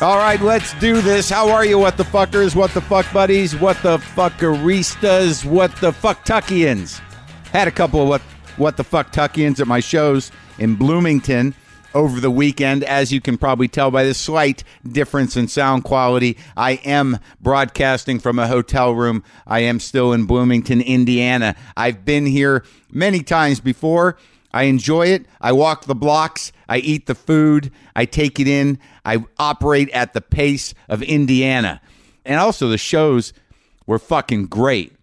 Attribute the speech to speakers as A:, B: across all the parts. A: All right, let's do this. How are you, what the fuckers, what the fuck buddies, what the fuckeristas, what the fuck tuckians? Had a couple of what what the fuck tuckians at my shows in Bloomington over the weekend. As you can probably tell by the slight difference in sound quality, I am broadcasting from a hotel room. I am still in Bloomington, Indiana. I've been here many times before. I enjoy it. I walk the blocks. I eat the food. I take it in. I operate at the pace of Indiana. And also, the shows were fucking great.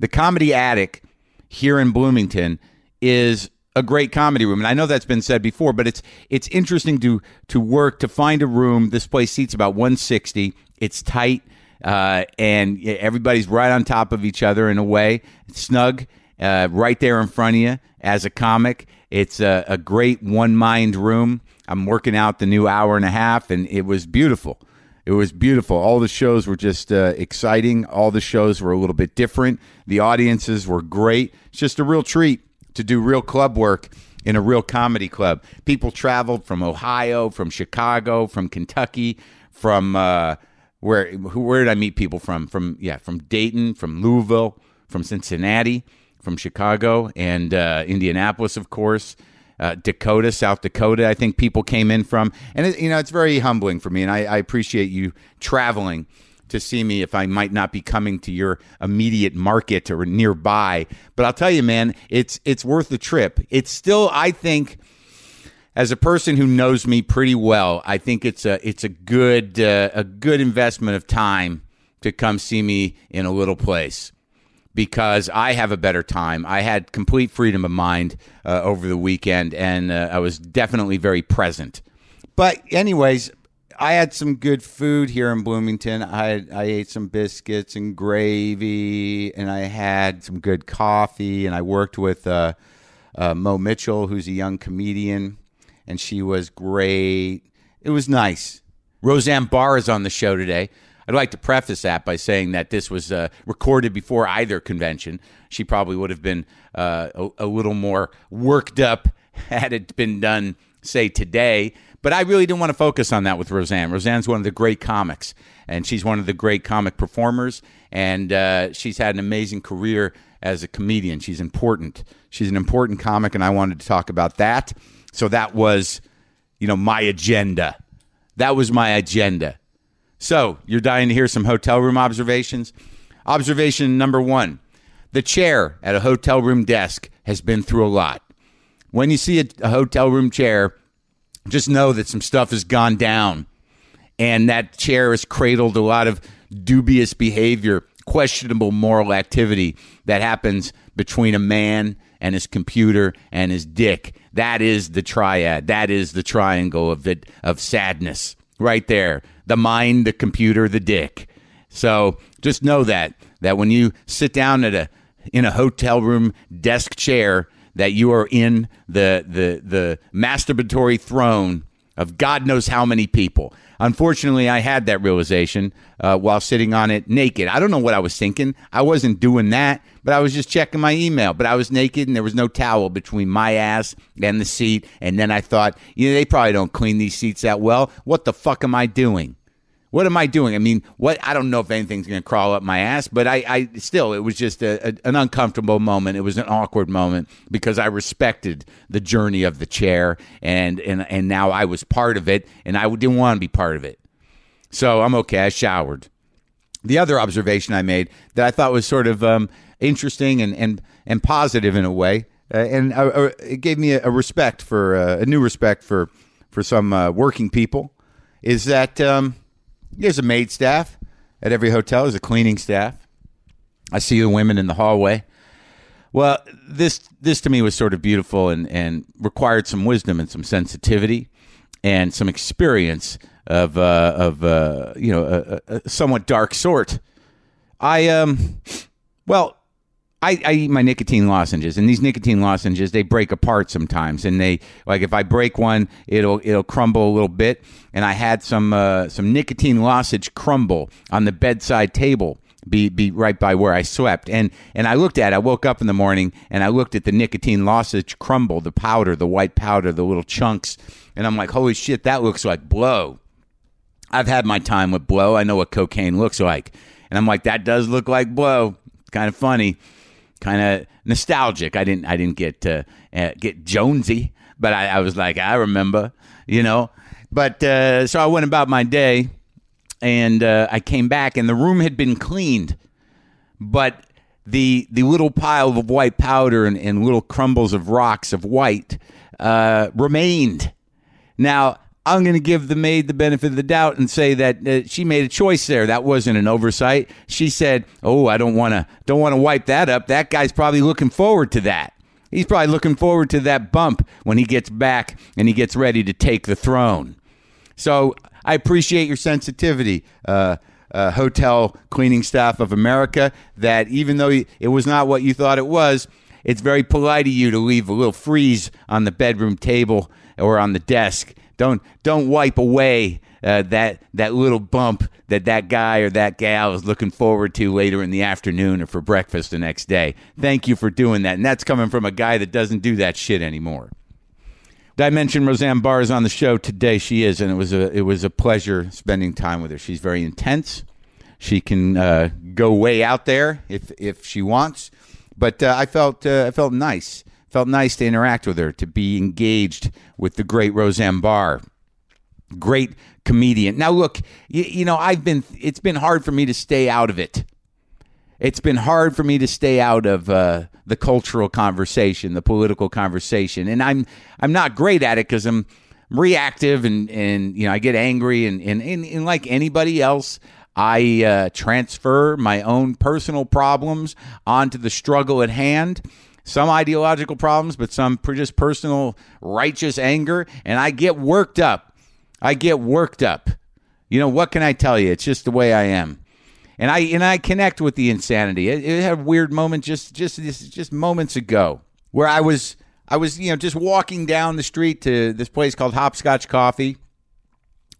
A: The Comedy Attic here in Bloomington is a great comedy room, and I know that's been said before, but it's it's interesting to to work to find a room. This place seats about 160. It's tight, uh, and everybody's right on top of each other in a way, it's snug, uh, right there in front of you. As a comic, it's a, a great one mind room. I'm working out the new hour and a half, and it was beautiful. It was beautiful. All the shows were just uh, exciting. All the shows were a little bit different. The audiences were great. It's just a real treat to do real club work in a real comedy club. People traveled from Ohio, from Chicago, from Kentucky, from uh, where who, where did I meet people from? From yeah, from Dayton, from Louisville, from Cincinnati, from Chicago, and uh, Indianapolis, of course uh, Dakota, South Dakota. I think people came in from, and it, you know, it's very humbling for me, and I, I appreciate you traveling to see me if I might not be coming to your immediate market or nearby. But I'll tell you, man, it's it's worth the trip. It's still, I think, as a person who knows me pretty well, I think it's a it's a good uh, a good investment of time to come see me in a little place because I have a better time. I had complete freedom of mind uh, over the weekend, and uh, I was definitely very present. But anyways, I had some good food here in Bloomington. I I ate some biscuits and gravy, and I had some good coffee, and I worked with uh, uh, Mo Mitchell, who's a young comedian, and she was great. It was nice. Roseanne Barr is on the show today. I'd like to preface that by saying that this was uh, recorded before either convention. She probably would have been uh, a, a little more worked up had it been done, say, today. But I really didn't want to focus on that with Roseanne. Roseanne's one of the great comics, and she's one of the great comic performers, and uh, she's had an amazing career as a comedian. She's important. She's an important comic, and I wanted to talk about that. So that was, you know, my agenda. That was my agenda. So, you're dying to hear some hotel room observations. Observation number one the chair at a hotel room desk has been through a lot. When you see a, a hotel room chair, just know that some stuff has gone down and that chair has cradled a lot of dubious behavior, questionable moral activity that happens between a man and his computer and his dick. That is the triad. That is the triangle of it, of sadness right there. The mind, the computer, the dick. So just know that that when you sit down at a in a hotel room desk chair that you are in the the the masturbatory throne of God knows how many people. Unfortunately, I had that realization uh, while sitting on it naked. I don't know what I was thinking. I wasn't doing that, but I was just checking my email. But I was naked and there was no towel between my ass and the seat. And then I thought, you know, they probably don't clean these seats that well. What the fuck am I doing? What am I doing? I mean, what? I don't know if anything's going to crawl up my ass, but I, I still, it was just a, a, an uncomfortable moment. It was an awkward moment because I respected the journey of the chair, and and and now I was part of it, and I didn't want to be part of it. So I'm okay. I showered. The other observation I made that I thought was sort of um, interesting and, and, and positive in a way, uh, and uh, uh, it gave me a, a respect for uh, a new respect for for some uh, working people, is that um, there's a maid staff at every hotel. There's a cleaning staff. I see the women in the hallway. Well, this this to me was sort of beautiful and and required some wisdom and some sensitivity and some experience of uh, of uh, you know a, a- a somewhat dark sort. I um well I, I eat my nicotine lozenges, and these nicotine lozenges they break apart sometimes, and they like if I break one, it'll it'll crumble a little bit. And I had some uh, some nicotine lozenge crumble on the bedside table, be be right by where I slept, and and I looked at. it. I woke up in the morning and I looked at the nicotine lozenge crumble, the powder, the white powder, the little chunks, and I'm like, holy shit, that looks like blow I've had my time with blow. I know what cocaine looks like. And I'm like, that does look like blow. It's kind of funny, kind of nostalgic. I didn't, I didn't get uh, uh, get Jonesy, but I, I was like, I remember, you know. But uh, so I went about my day, and uh, I came back, and the room had been cleaned, but the the little pile of white powder and, and little crumbles of rocks of white uh, remained. Now, I'm going to give the maid the benefit of the doubt and say that uh, she made a choice there. That wasn't an oversight. She said, "Oh, I don't want to don't want to wipe that up. That guy's probably looking forward to that. He's probably looking forward to that bump when he gets back and he gets ready to take the throne." So, I appreciate your sensitivity. Uh, uh, hotel cleaning staff of America, that even though it was not what you thought it was, it's very polite of you to leave a little freeze on the bedroom table or on the desk. Don't don't wipe away uh, that that little bump that that guy or that gal is looking forward to later in the afternoon or for breakfast the next day. Thank you for doing that, and that's coming from a guy that doesn't do that shit anymore. Did I mention Roseanne Barr is on the show today? She is, and it was a it was a pleasure spending time with her. She's very intense. She can uh, go way out there if if she wants. But uh, I felt uh, I felt nice. Felt nice to interact with her, to be engaged with the great Roseanne Barr, great comedian. Now look, you, you know I've been it's been hard for me to stay out of it it's been hard for me to stay out of uh, the cultural conversation, the political conversation, and I'm I'm not great at it because I'm reactive and and you know I get angry and and and, and like anybody else. I uh, transfer my own personal problems onto the struggle at hand. Some ideological problems, but some per- just personal righteous anger, and I get worked up. I get worked up. You know what can I tell you? It's just the way I am and I and I connect with the insanity. It, it had a weird moment just just this just moments ago where I was I was you know just walking down the street to this place called Hopscotch Coffee,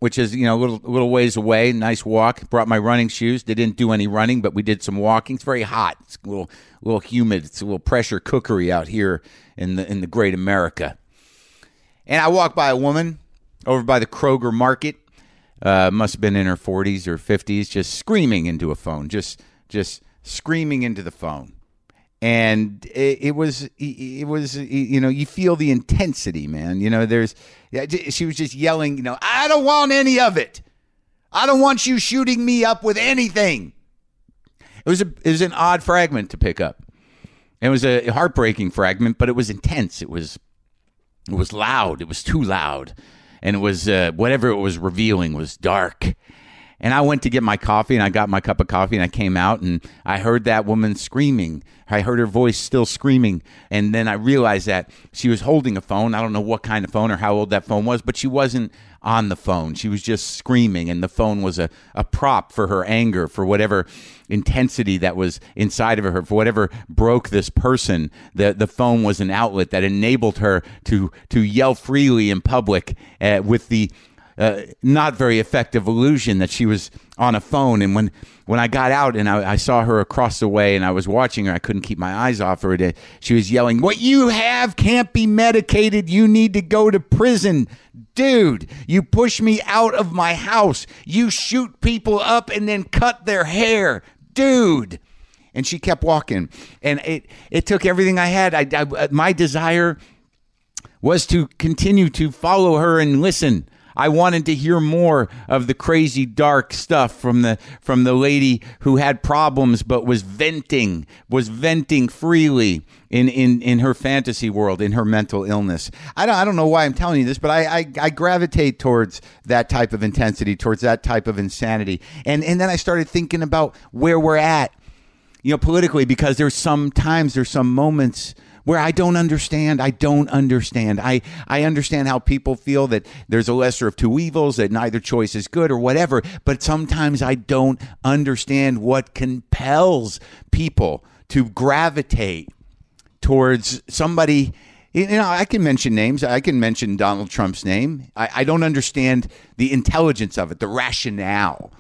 A: which is you know a little little ways away. Nice walk. Brought my running shoes. They didn't do any running, but we did some walking. It's very hot. It's a little little humid. It's a little pressure cookery out here in the in the great America. And I walked by a woman over by the Kroger Market uh, must have been in her 40s or 50s, just screaming into a phone, just just screaming into the phone. And it, it was it was you know you feel the intensity, man. You know there's yeah, j- she was just yelling, you know, I don't want any of it. I don't want you shooting me up with anything. It was a it was an odd fragment to pick up. It was a heartbreaking fragment, but it was intense. It was it was loud. It was too loud. And it was uh, whatever it was revealing was dark. And I went to get my coffee and I got my cup of coffee and I came out and I heard that woman screaming. I heard her voice still screaming. And then I realized that she was holding a phone. I don't know what kind of phone or how old that phone was, but she wasn't on the phone. She was just screaming. And the phone was a, a prop for her anger, for whatever intensity that was inside of her, for whatever broke this person. The, the phone was an outlet that enabled her to, to yell freely in public uh, with the uh, not very effective illusion that she was on a phone. And when, when I got out and I, I saw her across the way and I was watching her, I couldn't keep my eyes off her. It- She was yelling, What you have can't be medicated. You need to go to prison. Dude, you push me out of my house. You shoot people up and then cut their hair. Dude and she kept walking and it it took everything i had I, I- my desire was to continue to follow her and listen i wanted to hear more of the crazy dark stuff from the from the lady who had problems but was venting was venting freely in in in her fantasy world in her mental illness i don't i don't know why i'm telling you this but i i, I gravitate towards that type of intensity towards that type of insanity and and then i started thinking about where we're at you know, politically, because there's some times, there's some moments where I don't understand. I don't understand. I, I understand how people feel that there's a lesser of two evils, that neither choice is good or whatever. But sometimes I don't understand what compels people to gravitate towards somebody. You know, I can mention names. I can mention Donald Trump's name. I, I don't understand the intelligence of it, the rationale.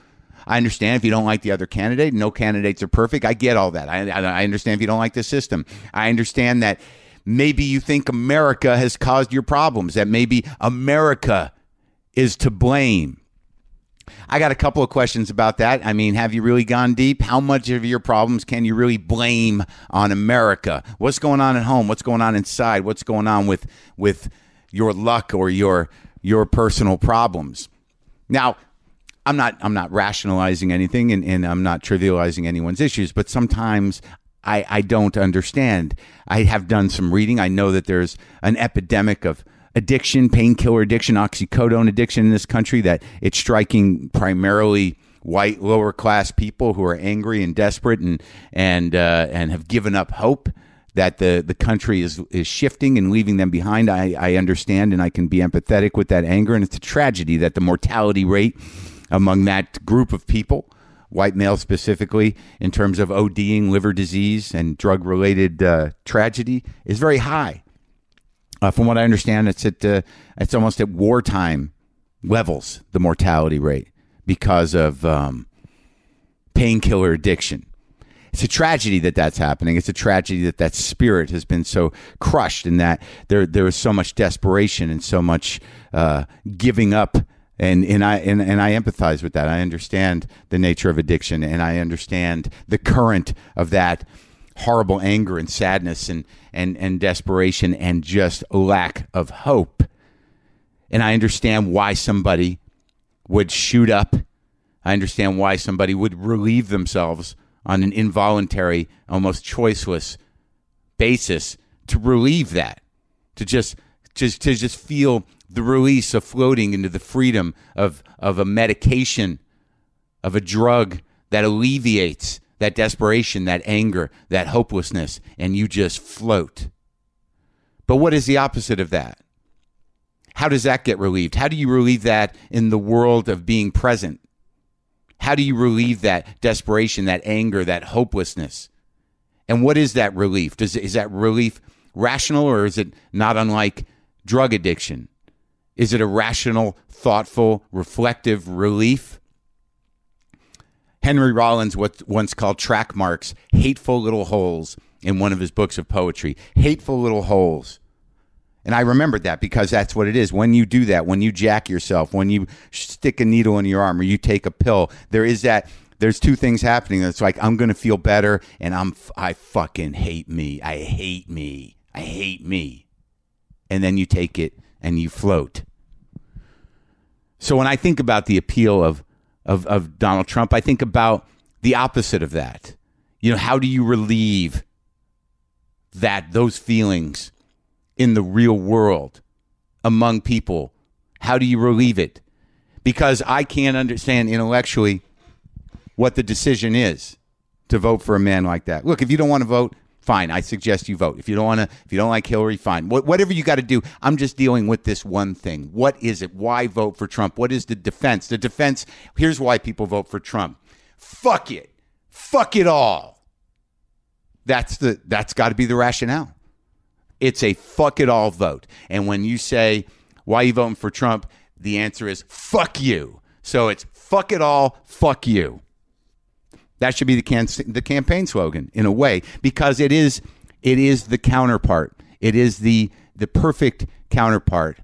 A: I understand if you don't like the other candidate. No candidates are perfect. I get all that. I, I, I understand if you don't like the system. I understand that maybe you think America has caused your problems, that maybe America is to blame. I got a couple of questions about that. I mean, have you really gone deep? How much of your problems can you really blame on America? What's going on at home? What's going on inside? What's going on with with your luck or your your personal problems? Now, I'm not I'm not rationalizing anything and, and I'm not trivializing anyone's issues, but sometimes I, I don't understand. I have done some reading. I know that there's an epidemic of addiction, painkiller addiction, oxycodone addiction in this country that it's striking primarily white lower class people who are angry and desperate and and uh, and have given up hope that the the country is is shifting and leaving them behind. I, I understand and I can be empathetic with that anger and it's a tragedy that the mortality rate among that group of people, white males specifically, in terms of ODing, liver disease, and drug related uh, tragedy, is very high. Uh, from what I understand, it's at uh, it's almost at wartime levels the mortality rate because of um, painkiller addiction. It's a tragedy that that's happening. It's a tragedy that that spirit has been so crushed, and that there there is so much desperation and so much uh, giving up. And, and I and, and I empathize with that. I understand the nature of addiction, and I understand the current of that horrible anger and sadness and and and desperation and just lack of hope. And I understand why somebody would shoot up. I understand why somebody would relieve themselves on an involuntary, almost choiceless basis to relieve that, to just just to just feel the release of floating into the freedom of of a medication, of a drug that alleviates that desperation, that anger, that hopelessness, and you just float. But what is the opposite of that? How does that get relieved? How do you relieve that in the world of being present? How do you relieve that desperation, that anger, that hopelessness? And what is that relief? Does, is that relief rational or is it not unlike drug addiction? Is it a rational, thoughtful, reflective relief? Henry Rollins what once called track marks hateful little holes in one of his books of poetry. Hateful little holes. And I remembered that because that's what it is. When you do that, when you jack yourself, when you stick a needle in your arm or you take a pill, there is that there's two things happening. It's like I'm going to feel better and I'm I fucking hate me. I hate me. I hate me. And then you take it and you float. So when I think about the appeal of of, of Donald Trump. I think about the opposite of that. You know, how do you relieve that those feelings in the real world among people? How do you relieve it? Because I can't understand intellectually what the decision is to vote for a man like that. Look, if you don't want to vote, fine. I suggest you vote. If you don't want to, if you don't like Hillary, fine. Wh- whatever you got to do. I'm just dealing with this one thing. What is it? Why vote for Trump? What is the defense? The defense. Here's why people vote for Trump. Fuck it. Fuck it all. That's the. That's got to be the rationale. It's a fuck it all vote. And when you say why you voting for Trump, the answer is fuck you. So it's fuck it all. Fuck you. That should be the, can- the campaign slogan in a way because it is it is the counterpart. It is the the perfect counterpart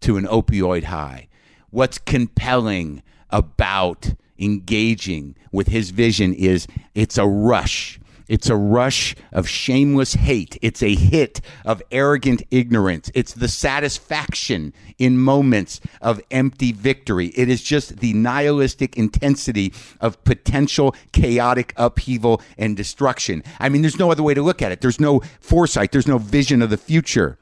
A: to an opioid high. What's compelling about engaging with his vision is it's a rush. It's a rush of shameless hate. It's a hit of arrogant ignorance. It's the satisfaction in moments of empty victory. It is just the nihilistic intensity of potential chaotic upheaval and destruction. I mean, there's no other way to look at it. There's no foresight, there's no vision of the future.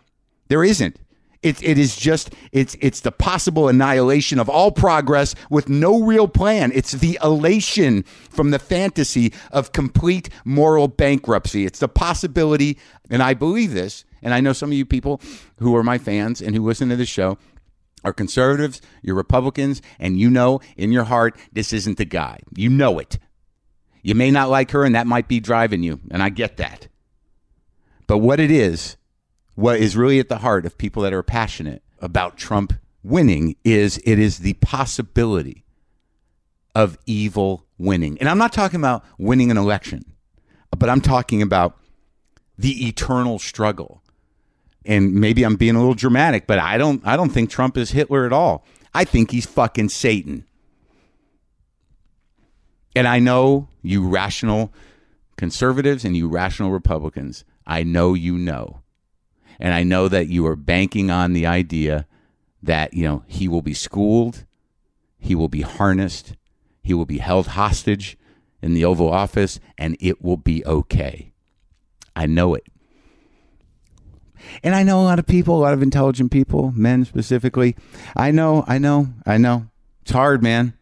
A: There isn't. It, it is just it's it's the possible annihilation of all progress with no real plan. It's the elation from the fantasy of complete moral bankruptcy. It's the possibility, and I believe this, and I know some of you people who are my fans and who listen to this show are conservatives, you're Republicans, and you know in your heart this isn't the guy. You know it. You may not like her, and that might be driving you, and I get that. But what it is what is really at the heart of people that are passionate about Trump winning is it is the possibility of evil winning. And I'm not talking about winning an election, but I'm talking about the eternal struggle. And maybe I'm being a little dramatic, but I don't I don't think Trump is Hitler at all. I think he's fucking Satan. And I know you rational conservatives and you rational Republicans, I know you know. And I know that you are banking on the idea that, you know, he will be schooled, he will be harnessed, he will be held hostage in the Oval Office, and it will be okay. I know it. And I know a lot of people, a lot of intelligent people, men specifically. I know, I know, I know. It's hard, man.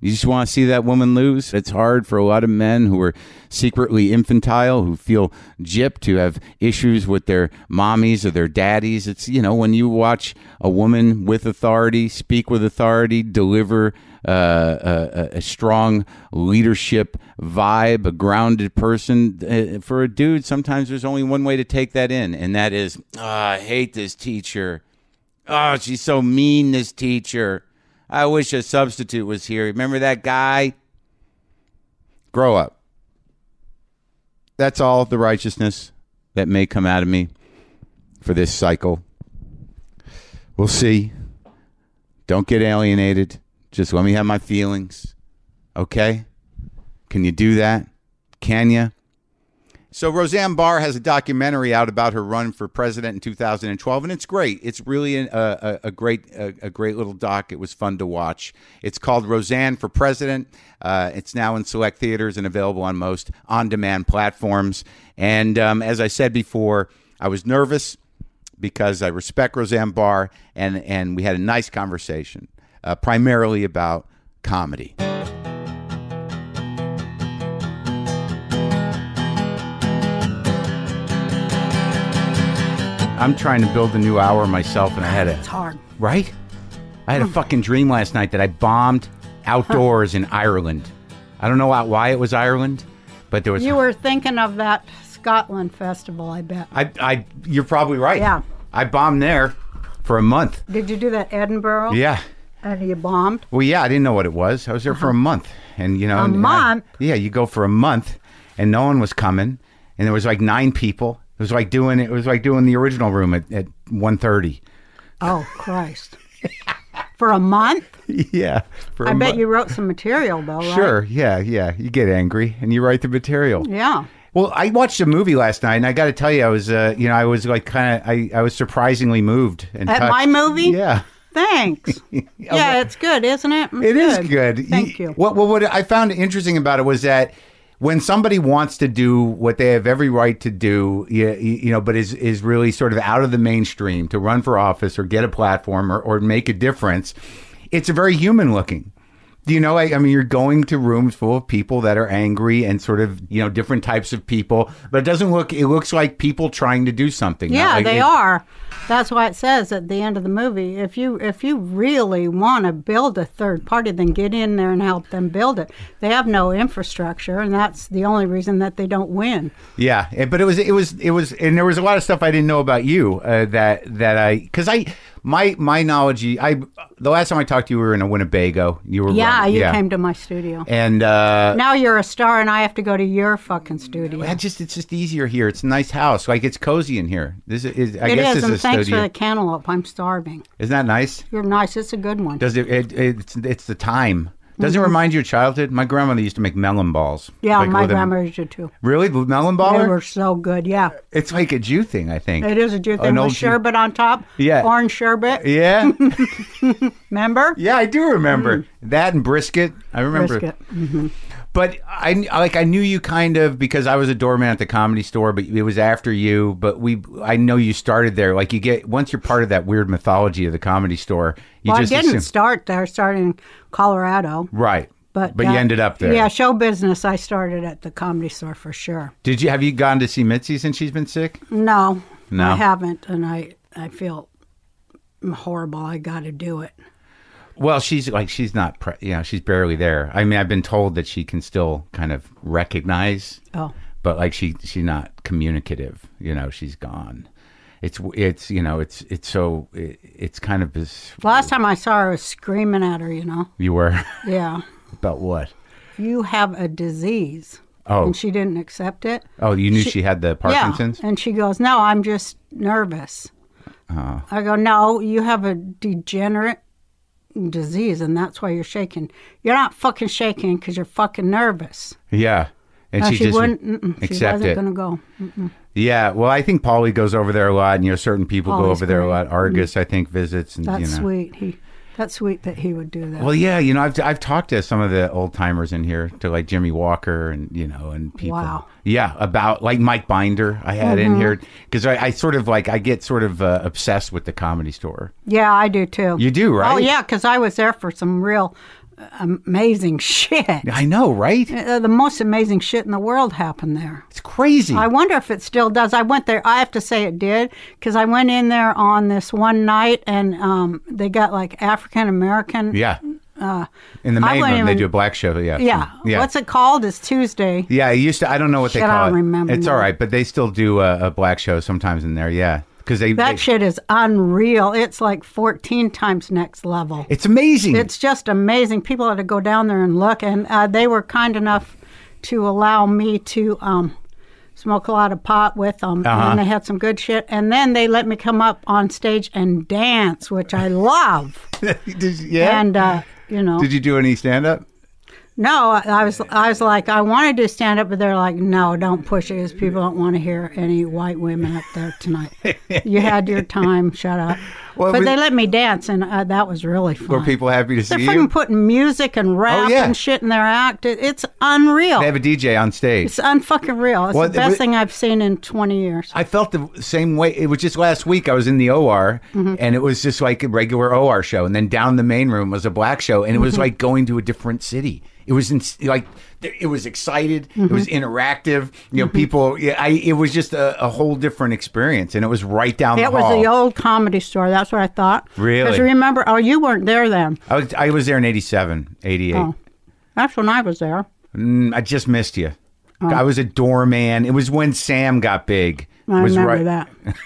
A: You just want to see that woman lose. It's hard for a lot of men who are secretly infantile, who feel gypped, who have issues with their mommies or their daddies. It's, you know, when you watch a woman with authority, speak with authority, deliver uh, a, a- a strong leadership vibe, a grounded person. uh, For a dude, sometimes there's only one way to take that in, and that is, "Ah, I hate this teacher. Oh, she's so mean, this teacher. I wish a substitute was here. Remember that guy? Grow up. That's all the righteousness that may come out of me for this cycle. We'll see. Don't get alienated. Just let me have my feelings. Okay? Can you do that? Can you? So Roseanne Barr has a documentary out about her run for president in 2012, and it's great. It's really an, a, a, a great a, a great little doc. It was fun to watch. It's called Roseanne for President. Uh, it's now in select theaters and available on most on-demand platforms. And um, as I said before, I was nervous because I respect Roseanne Barr, and and we had a nice conversation, uh, primarily about comedy. I'm trying to build a new hour myself, and I had a
B: It's hard.
A: Right? I had a fucking dream last night that I bombed outdoors in Ireland. I don't know why- why it was Ireland, but there was.
B: You were thinking of that Scotland festival, I bet.
A: I, I, you're probably right.
B: Yeah.
A: I bombed there for a month.
B: Did you do that Edinburgh?
A: Yeah.
B: And you bombed?
A: Well, yeah, I didn't know what it was. I was there for a month, and you know, Uh-huh. a
B: month?
A: yeah, you go for a month, and no one was coming, and there was like nine people. It was like doing it was like doing the original room at at one thirty.
B: Oh, Christ. For a month?
A: yeah. For a
B: I bet
A: month.
B: you wrote some material, though, right?
A: Sure. Yeah. Yeah. You get angry, and you write the material.
B: Yeah.
A: Well, I watched a movie last night, and I got to tell you, I was, uh, you know, I was like kind of, I, I was surprisingly moved and
B: At
A: touched.
B: my movie?
A: Yeah,
B: Thanks. yeah, it's good, isn't it?
A: it is
B: It's
A: good.
B: Mm-hmm. Thank you.
A: What, what what I found interesting about it was that when somebody wants to do what they have every right to do, you, you know, but is is really sort of out of the mainstream to run for office or get a platform or, or make a difference, it's a very human looking. you know I, I mean you're going to rooms full of people that are angry and sort of you know different types of people but it doesn't look it looks like people trying to do something not
B: Yeah,
A: like
B: they
A: it-
B: are. That's why it says at the end of the movie, if you if you really want to build a third party, then get in there and help them build it. They have no infrastructure, and that's the only reason that they don't win.
A: yeah it- but it was it was it was and there was a lot of stuff i didn't know about you uh, that that i because i my my knowledge i the last time i talked to you we were in a winnebago you were
B: Yeah,
A: running.
B: you came to my studio.
A: and uh
B: Now you're a star, and I have to go to your fucking studio.
A: I just it's just easier here. It's a nice house. Like it's cozy in here. This is I
B: It
A: guess
B: is,
A: this
B: and
A: is a
B: thanks
A: studio.
B: for the cantaloupe. I'm starving.
A: Isn't that nice?
B: You're nice. It's a good one.
A: Does it, it, it's it's the time. Does it remind you of childhood? My grandmother used to make melon balls.
B: Mm-hmm. yeah,
A: Like
B: my
A: with a-
B: grandma used it too.
A: Really, The melon
B: They
A: baller?
B: were so good. Yeah,
A: It's like a Jew thing, I think.
B: it is a Jew
A: An
B: thing
A: old
B: with
A: Jew-
B: sherbet on top.
A: Yeah.
B: orange sherbet.
A: Yeah,
B: Remember?
A: yeah, I do remember that and brisket. I remember,
B: Mm. Brisket.
A: but I kn- like I knew you kind of because I was a doorman at the comedy store, but it was after you. But we, I know you started there. Like you get once you're part of that weird mythology of the comedy store, you
B: Well, I
A: just
B: didn't
A: assume-
B: start there. I started in Colorado,
A: right.
B: but
A: but you
B: uh,
A: ended up there.
B: Yeah, show business. I started at the Comedy Store for sure.
A: Did you have you gone to see Mitzi since she's been sick?
B: No,
A: No.
B: I haven't, and I I feel horrible. I got to do it.
A: Well, she's like she's not, pre- you know, she's barely there. I mean, I've been told that she can still kind of recognize,
B: Oh,
A: but like she she's not communicative. You know, she's gone. It's it's you know it's it's so it, it's kind of as
B: last time I saw her, I was screaming at her. You know?
A: you were
B: Yeah.
A: about what?
B: You have a disease.
A: Oh.
B: And she didn't accept it.
A: Oh, you knew she, had the Parkinson's.
B: Yeah. And she goes, No, I'm
A: Uh-huh.
B: just nervous. I go, No, you have a degenerate latent disease, and that's why you're shaking. You're not fucking shaking because you're fucking nervous.
A: Yeah. And
B: No,
A: she,
B: she,
A: just
B: wouldn't. mm-mm, she
A: accept
B: wasn't
A: it.
B: gonna go.
A: Yeah, well, I think Paulie goes over there a lot, and you know, certain people go
B: Paulie's
A: over there a
B: great. Mm-hmm.
A: lot. Argus, I think, visits, and
B: That's
A: you know.
B: sweet. He, that's sweet that he would do that.
A: Well, yeah, you know, I've I've talked to some of the old timers in here, to like Jimmy Walker, and you know, and people.
B: Wow. Mm-hmm.
A: Yeah, about like Mike Binder, I had in here because I, I sort of like I get sort of uh, obsessed with the Comedy Store.
B: yeah, I do too.
A: You do, right?
B: Oh yeah, because I was there for some real uh, amazing shit.
A: I know, right?
B: Uh, the most amazing shit in the world happened there.
A: It's crazy.
B: I wonder if it still does. I went there. I have to say it did because I went in there on this one night and um, they got like African American.
A: yeah. in the
B: uh, I
A: main room,
B: wouldn't
A: they
B: even-
A: do a black show. Yeah.
B: Yeah.
A: Yeah.
B: What's it called? It's Tuesday.
A: Yeah, I used to. I don't know what they
B: Shit, I
A: call
B: don't
A: it.
B: remember
A: It's
B: now.
A: all right, but they still do a, a black show sometimes in there. Yeah, because they,
B: That
A: they-
B: shit is unreal. It's like 14 times next level.
A: it's amazing.
B: It's just amazing. People had to go down there and look, and uh, they were kind enough to allow me to um, smoke a lot of pot with them,
A: Uh-huh.
B: and they had some good shit. And then they let me come up on stage and dance, which I love.
A: Did you- yeah.
B: And uh, you know,
A: Did you do any stand up?
B: no, I, I was I was like, I wanted to stand up, but they're like, no, don't push it, because people don't want to hear any white women up there tonight. you had your time, shut up.
A: Well,
B: but
A: we-
B: they let me dance, and uh, that was really fun.
A: Were people happy to
B: They're
A: see
B: fucking
A: you? Oh,
B: putting music and rap
A: yeah.
B: and shit in their act. It, it's unreal.
A: They have a DJ on stage.
B: it's unfucking real. It's
A: Well,
B: the best
A: we-
B: thing I've seen in 20 years.
A: I felt the same way. It was just last week. I was in the OR,
B: Mm-hmm.
A: and it was just like a regular OR show. And then down the main room was a black show, and it
B: Mm-hmm.
A: was like going to a different city. It was in, like th- it was excited. It was
B: Mm-hmm.
A: interactive. You know, people. Yeah, I. It was just a, a whole different experience, and it was right down the
B: It was
A: hall.
B: the old comedy store. That's what I thought.
A: Oh. Really?
B: Because remember, oh, you weren't there then.
A: I was, I was there in 87, 88.
B: Oh. That's when I was there.
A: Mm, I just missed you.
B: Oh.
A: I was a doorman. It was when Sam got big.
B: I
A: was
B: remember
A: right-
B: that.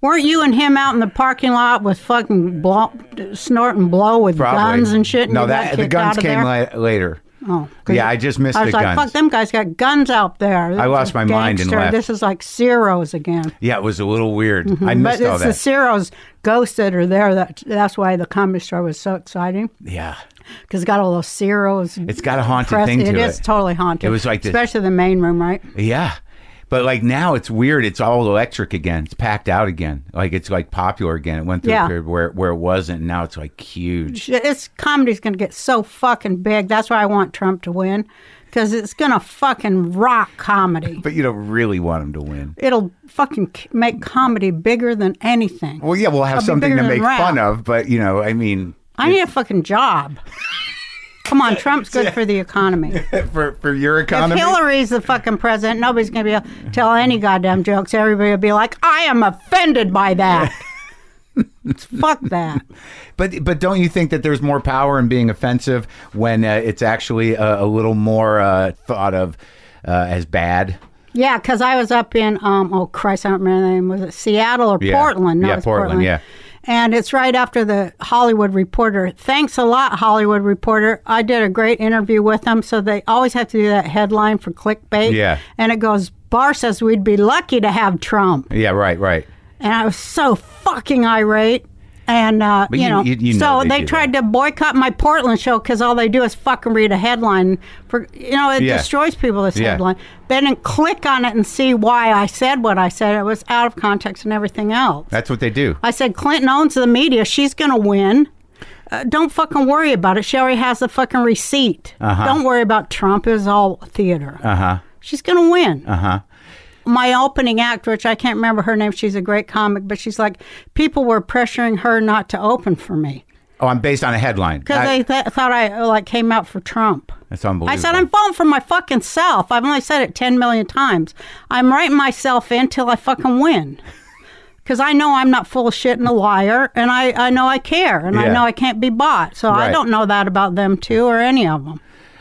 B: Weren't you and him out in the parking lot with fucking blow, snorting blow with
A: Probably.
B: guns and shit? And
A: No,
B: you got
A: that the
B: kicked
A: guns
B: out of
A: came
B: there?
A: la- later.
B: Oh, 'cause
A: Yeah, I just missed
B: I was
A: the
B: like,
A: guns.
B: fuck, them guys got guns out there. This is
A: lost my mind and
B: gangster.
A: left.
B: This is like Ciro's again.
A: Yeah, it was a little weird. I
B: Mm-hmm. But
A: missed all
B: it's the
A: that.
B: Ciro's ghosts that are there. That that's why the comedy store was so exciting
A: yeah,
B: because it's got all those Ciro's.
A: it's got a haunted
B: press-
A: thing to it.
B: It is totally haunted.
A: It was like this-
B: especially the main room, right?
A: yeah, but like now it's weird. It's all electric again. It's packed out again. Like it's like popular again. It went through
B: Yeah.
A: a period where where it wasn't. And now it's like huge.
B: It's comedy's going to get so fucking big. That's why I want Trump to win because it's going to fucking rock comedy.
A: But you don't really want them to win.
B: It'll fucking k- make comedy bigger than anything.
A: Well, yeah, we'll have
B: It'll be
A: something to
B: bigger
A: make
B: than rap.
A: fun of. But you know, I mean,
B: I need a fucking job. Come on, Trump's good for the economy.
A: for for your economy.
B: If Hillary's the fucking president, nobody's going to be able to tell any goddamn jokes. Everybody will be like, I am offended by that. Fuck that.
A: But but don't you think that there's more power in being offensive when uh, it's actually a, a little more uh, thought of uh, as bad?
B: Yeah, because I was up in, um, oh Christ, I don't remember the name. Was it Seattle or
A: Yeah.
B: Portland? No,
A: Yeah,
B: it's
A: Portland, yeah.
B: And it's right after the Hollywood Reporter. Thanks a lot, Hollywood Reporter. I did a great interview with them. So they always have to do that headline for clickbait.
A: Yeah.
B: And it goes, Barr says we'd be lucky to have Trump.
A: Yeah, right, right.
B: and I was so fucking irate. And uh,
A: But
B: you,
A: you-
B: know,
A: you- you know
B: so
A: they
B: they,
A: do
B: tried to boycott my Portland show because all they do is fucking read a headline. For you know, it
A: Yeah.
B: destroys people. This
A: Yeah.
B: headline. They didn't click on it and see why I said what I said. It was out of context and everything else.
A: That's what they do.
B: I said Clinton owns the media. She's going to win. Uh, don't fucking worry about it. She already has the fucking receipt. Don't worry about Trump. It was all theater.
A: Uh huh.
B: She's going to win
A: Uh huh.
B: my opening act, which I can't remember her name. She's a great comic, but she's like, people were pressuring her not to open for me
A: Oh, I'm based on a headline.
B: because
A: I-
B: they th- thought I like came out for Trump.
A: that's unbelievable.
B: I said, I'm voting for my fucking self. I've only said it 10 million times. I'm writing myself in till I fucking win. Because I know I'm not full of shit and a liar, and I, I know I care, and
A: Yeah.
B: I know I can't be bought. So
A: Right.
B: I don't know that about them, too, or any of them.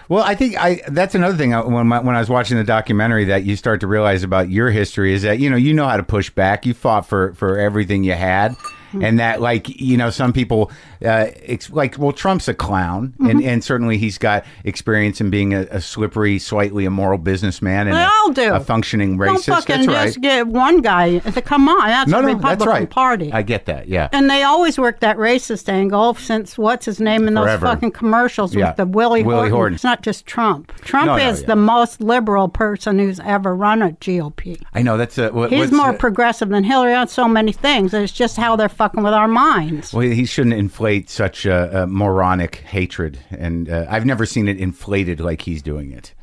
A: Well, I think I that's another thing I, when my, when I was watching the documentary that you start to realize about your history is that you know you know how to push back. You fought for for everything you had.
B: Mm-hmm.
A: and that like you know some people uh, it's like well Trump's a clown and
B: Mm-hmm.
A: and certainly he's got experience in being a, a slippery, slightly immoral businessman and
B: They
A: a,
B: all do.
A: a functioning
B: Don't
A: racist.
B: fucking
A: That's right.
B: just get one guy. Come on, that's
A: no,
B: the
A: no,
B: Republican
A: that's right.
B: Party.
A: I get that. Yeah.
B: and they always work that racist angle since what's his name in those
A: Forever.
B: fucking commercials
A: Yeah.
B: with the Willie,
A: Willie
B: Horton.
A: Horton.
B: It's not just Trump. Trump
A: No, no,
B: is
A: yeah.
B: the most liberal person who's ever run a GOP.
A: I know that's a. What,
B: He's
A: what's
B: more
A: a-
B: progressive than Hillary on so many things. It's just how they're fucking with our minds.
A: Well, he shouldn't inflate such a, a moronic hatred, and uh, I've never seen it inflated like he's doing it.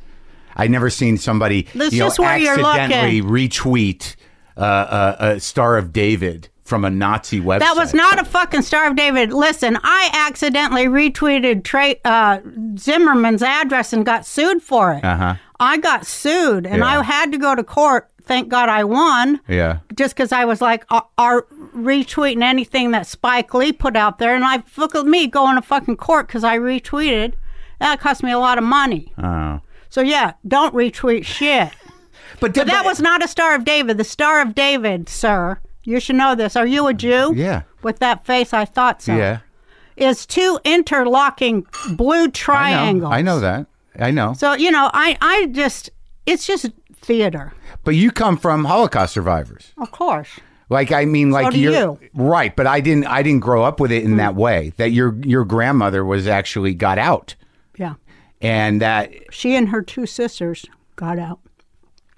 A: I've never seen somebody
B: That's
A: you know,
B: just where you're
A: accidentally retweet uh, uh, a Star of David from a Nazi website.
B: That was not a fucking Star of David. Listen, I accidentally retweeted Tra- uh, Zimmerman's address and got sued for it.
A: Uh-huh.
B: I got sued and
A: Yeah.
B: I had to go to court. Thank God I won.
A: Yeah.
B: Just because I was like, are, are retweeting anything that Spike Lee put out there. And I, look at me going to fucking court because I retweeted. That cost me a lot of money.
A: Oh.
B: So yeah, don't retweet shit.
A: But,
B: But that was not a Star of David. The Star of David, sir. You should know this. Are you a Jew?
A: Yeah.
B: With that face, I thought so.
A: Yeah.
B: Is two interlocking blue
A: I know.
B: triangles.
A: I know that. I know.
B: So, you know, I, I just, it's just theater.
A: But you come from Holocaust survivors.
B: Of course.
A: Like I mean, like
B: do
A: you're-
B: you. Hmm.
A: right, but I didn't. I didn't grow up with it in that way. That your your grandmother was actually got out,
B: Yeah.
A: and that
B: She and her two sisters got out.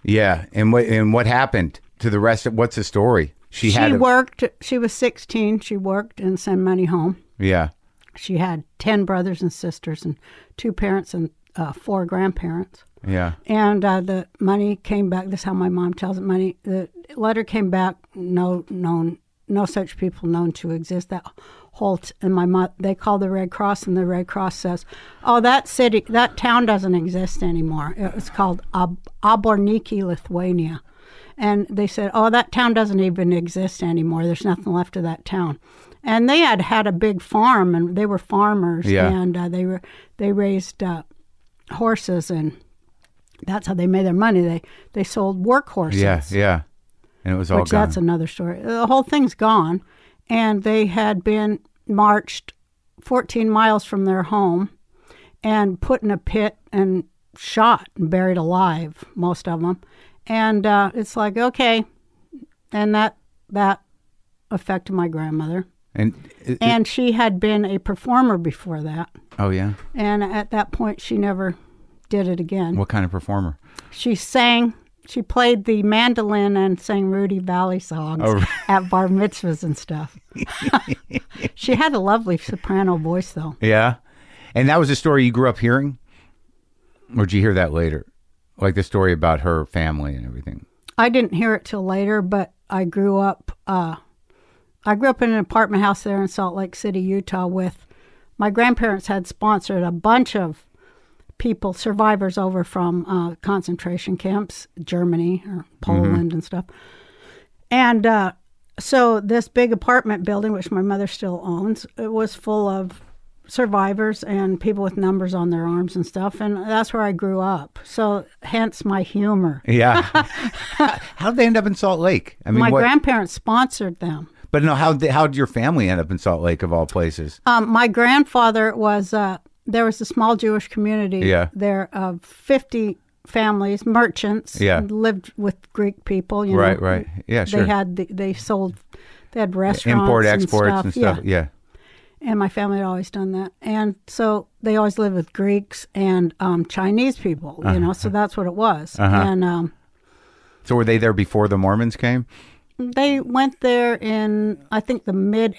A: yeah, and what and what happened to the rest of what's the story? She,
B: She
A: had a-
B: worked, she was 16. She worked and sent money home.
A: yeah,
B: She had 10 brothers and sisters and two parents and uh, four grandparents.
A: yeah,
B: and uh, the money came back. This is how my mom tells it. Money. The letter came back. No known. No such people known to exist. That Holt and my mom. They call the Red Cross, and the Red Cross says, "Oh, that city, that town doesn't exist anymore. It was called Ob- Oborniki, Lithuania." And they said, "Oh, that town doesn't even exist anymore. There's nothing left of that town." And they had had a big farm, and they were farmers,
A: Yeah.
B: and uh, they were they raised uh, horses and that's how they made their money. They they sold work horses,
A: yeah, yeah, and it was all
B: which
A: gone.
B: that's another story. The whole thing's gone, and they had been marched 14 miles from their home and put in a pit and shot and buried alive, most of them. And uh, it's like okay, and that that affected my grandmother,
A: and it-
B: and she had been a performer before that,
A: oh yeah,
B: and at that point she never did it again.
A: what kind of performer?
B: She sang. She played the mandolin and sang Rudy Valley songs at bar mitzvahs and stuff. she had a lovely soprano voice, though.
A: Yeah, and that was a story you grew up hearing, or did you hear that later? Like the story about her family and everything.
B: I didn't hear it till later, but I grew up. Uh, I grew up in an apartment house there in Salt Lake City, Utah. With my grandparents had sponsored a bunch of people, survivors over from uh, concentration camps, Germany or Poland and stuff. And uh, so this big apartment building, which my mother still owns, it was full of survivors and people with numbers on their arms and stuff. And that's where I grew up. So hence my humor.
A: Yeah, how did they end up in Salt Lake? I mean,
B: My
A: what,
B: grandparents sponsored them.
A: But no, how did, how did your family end up in Salt Lake of all places?
B: Um, my grandfather was uh, there was a small Jewish community
A: Yeah.
B: there of fifty families, merchants,
A: Yeah.
B: lived with Greek people. You
A: Right,
B: know.
A: right. Yeah, sure.
B: They had the, they sold they had restaurants,
A: Import
B: and
A: exports
B: stuff.
A: and stuff. Yeah.
B: and my family had always done that, and so they always lived with Greeks and um, Chinese people.
A: Uh-huh.
B: You know, so that's what it was, and. Um,
A: So were they there before the Mormons came?
B: they went there in, I think, the mid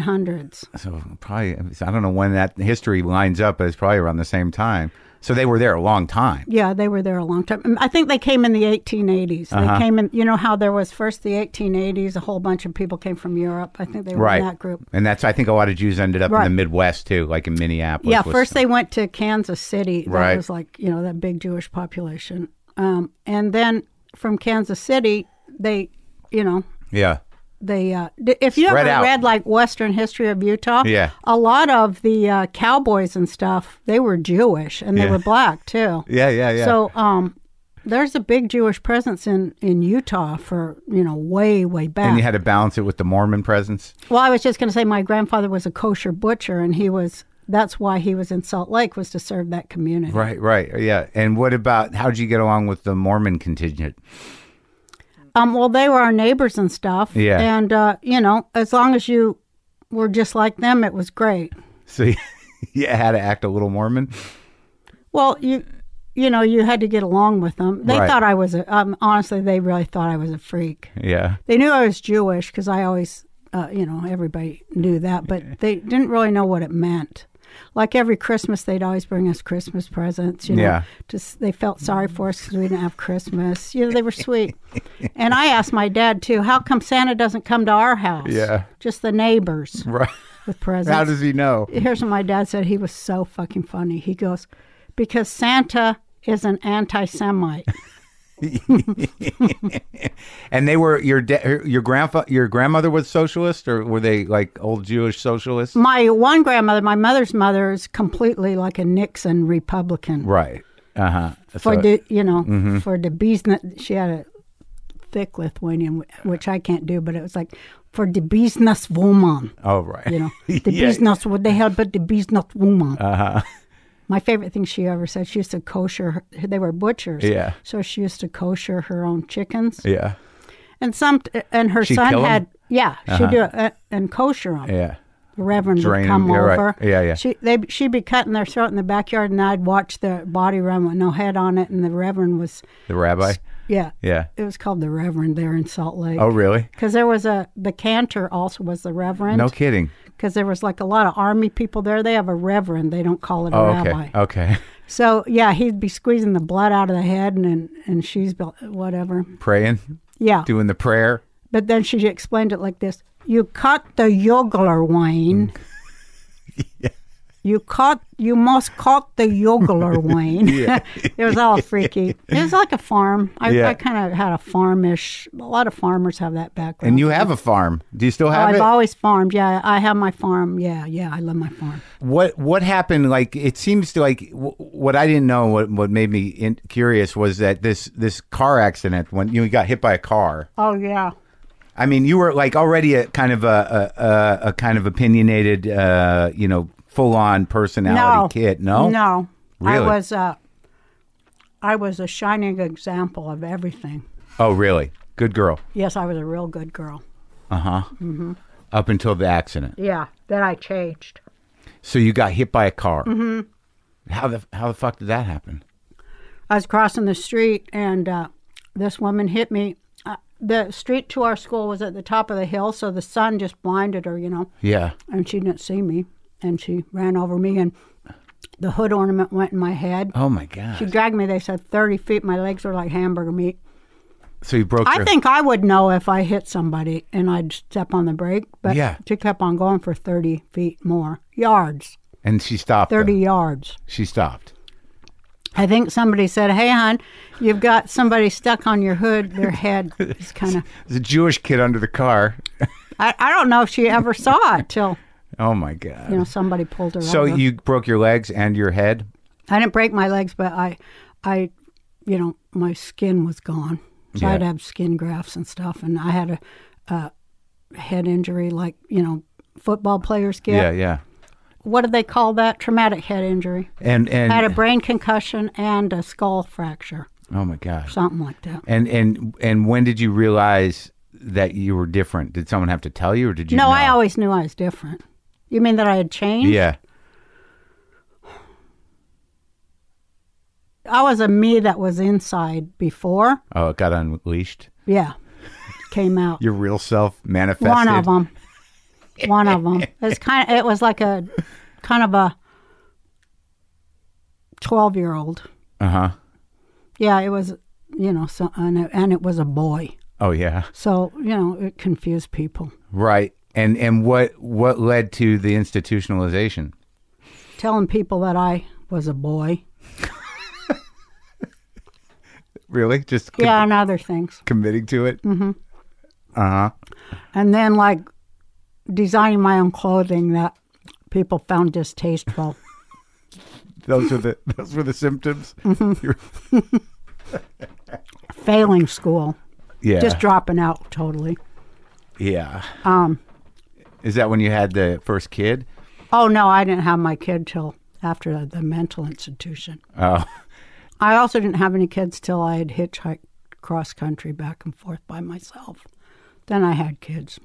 B: 1800s.
A: So probably I don't know when that history lines up, but it's probably around the same time. So they were there a long time.
B: Yeah, they were there a long time. And I think they came in the 1880s.
A: Uh-huh.
B: They came in, you know how there was first the 1880s, a whole bunch of people came from Europe. I think they were
A: Right.
B: in that group.
A: And that's I think a lot of Jews ended up in
B: Right.
A: the Midwest too, like in Minneapolis.
B: Yeah,
A: was-
B: first they went to Kansas City. That
A: Right.
B: was like, you know, that big Jewish population. Um, and then from Kansas City, they, you know,
A: Yeah.
B: they uh, d- if you
A: Spread
B: ever
A: out.
B: read like Western history of Utah,
A: Yeah.
B: a lot of the uh, cowboys and stuff, they were Jewish and they
A: Yeah.
B: were black too.
A: Yeah, yeah, yeah.
B: So um, There's a big Jewish presence in, in Utah for, you know, way, way back.
A: And you had to balance it with the Mormon presence.
B: Well, I was just going to say my grandfather was a kosher butcher, and he was. That's why he was in Salt Lake was to serve that community.
A: Right, right, yeah. And what about how'd you get along with the Mormon contingent?
B: Um, well, they were our neighbors and stuff.
A: Yeah.
B: And uh, you know, as long as you were just like them, it was great.
A: So you, you had to act a little Mormon.
B: Well, you, you know, you had to get along with them. They
A: Right.
B: thought I was a. Um, honestly, they really thought I was a freak.
A: Yeah,
B: They knew I was Jewish because I always, uh, you know, everybody knew that, but they didn't really know what it meant. Like every Christmas, they'd always bring us Christmas presents. You know,
A: Yeah.
B: just they felt sorry for us because we didn't have Christmas. You know, they were sweet. and I asked my dad too, how come Santa doesn't come to our house?
A: Yeah.
B: just the neighbors
A: right.
B: with presents.
A: How does he know?
B: Here's what my dad said. He was so fucking funny. He goes, because Santa is an anti-Semite.
A: And they were your da- your grandfa- your grandmother was socialist, or were they like old Jewish socialists?
B: my one grandmother, my mother's mother, is completely like a Nixon Republican
A: Right. Mm-hmm. Uh huh.
B: for the you know for the business. She had a thick Lithuanian, wh- which I can't do, but it was like for the business woman.
A: oh right.
B: You know, the
A: Yeah.
B: business what they had, but the business woman. Uh-huh. My favorite thing she ever said. She used to kosher. They were butchers.
A: Yeah.
B: So she used to kosher her own chickens.
A: Yeah.
B: And some, and her
A: She'd
B: son
A: kill 'em? Uh-huh.
B: had, yeah, she'd do it uh, and kosher them.
A: Yeah.
B: The Reverend
A: Drain
B: would
A: 'em,
B: come
A: yeah, right.
B: over.
A: Yeah, yeah.
B: She they she'd be cutting their throat in the backyard, and I'd watch the body run with no head on it, and the Reverend was,
A: The rabbi.
B: yeah,
A: Yeah.
B: it was called the Reverend there in Salt Lake.
A: Oh really?
B: Because there was a, the cantor also was the Reverend.
A: No kidding.
B: Because there was like a lot of army people there. They have a Reverend. They don't call it a
A: Oh,
B: rabbi.
A: okay. Okay.
B: So yeah, he'd be squeezing the blood out of the head, and and, and she's be- whatever.
A: Praying,
B: Yeah.
A: doing the prayer.
B: But then she explained it like this You cut the yodeler wine.
A: Mm.
B: You cut, you must cut the yodeler wine. it was all freaky. It was like a farm. I,
A: Yeah.
B: I kind of had a farmish, a lot of farmers have that background.
A: And you have a farm. Do you still
B: Oh,
A: have
B: I've
A: it?
B: always farmed. Yeah, I have my farm. Yeah, yeah, I love my farm.
A: what What happened? Like it seems to like w- what I didn't know. What What made me in- curious was that this this car accident when you got hit by a car.
B: Oh, yeah.
A: I mean, you were like already a kind of a a, a, a kind of opinionated, uh, you know, full on personality
B: No.
A: kid. No,
B: No.
A: Really?
B: I was, uh, I was a shining example of everything.
A: Oh, really? Good girl.
B: Yes, I was a real good girl.
A: Up until the accident,
B: Yeah, then I changed.
A: so you got hit by a car. Mm-hmm. How the How the fuck did that happen?
B: I was crossing the street and uh, this woman hit me. Uh, the street to our school was at the top of the hill, so the sun just blinded her, you know,
A: Yeah.
B: and she didn't see me. And she ran over me, and the hood ornament went in my head.
A: Oh my god.
B: She dragged me, they said 30 feet. My legs were like hamburger meat.
A: so you broke.
B: I
A: your-
B: think I would know if I hit somebody and I'd step on the brake, but
A: Yeah.
B: she kept on going for 30 feet more yards,
A: and she stopped.
B: 30
A: though.
B: yards.
A: She stopped.
B: I think somebody said, "Hey, hon, you've got somebody stuck on your hood. Their head is kind of."
A: There's a Jewish kid under the car.
B: I, I don't know if she ever saw it till
A: Oh my god.
B: you know somebody pulled her
A: so
B: over.
A: you broke your legs and your head.
B: I didn't break my legs, but I, I, you know, my skin was gone. So I had to
A: Yeah.
B: have skin grafts and stuff, and I had a, a head injury like you know football players get.
A: Yeah, yeah.
B: What do they call that? Traumatic head injury.
A: And and uh,
B: I had a brain concussion and a skull fracture,
A: oh my gosh.
B: something like that.
A: And and and when did you realize that you were different? Did someone have to tell you, or did you?
B: No,
A: know?
B: I always knew I was different. You mean that I had changed?
A: Yeah.
B: I was a me that was inside before.
A: Oh, it got unleashed.
B: Yeah. Came out.
A: Your real self manifested.
B: One of them. One of them. It's kind of, it was like a kind of a 12 year old.
A: Uh huh.
B: Yeah, it was, you know, so, and, it, and it was a boy.
A: Oh yeah.
B: So, you know, it confused people.
A: Right. And and what what led to the institutionalization?
B: Telling people that I was a boy.
A: Really? Just com-
B: Yeah, and other things.
A: committing to it. Mm-hmm.
B: And then, like, designing my own clothing that people found distasteful.
A: Those were the those were the symptoms. You're-
B: failing school,
A: Yeah.
B: just dropping out totally.
A: Yeah. Um. Is that when you had the first kid?
B: Oh no, I didn't have my kid till after the, the mental institution.
A: Oh.
B: I also didn't have any kids till I had hitchhiked cross country back and forth by myself. Then I had kids.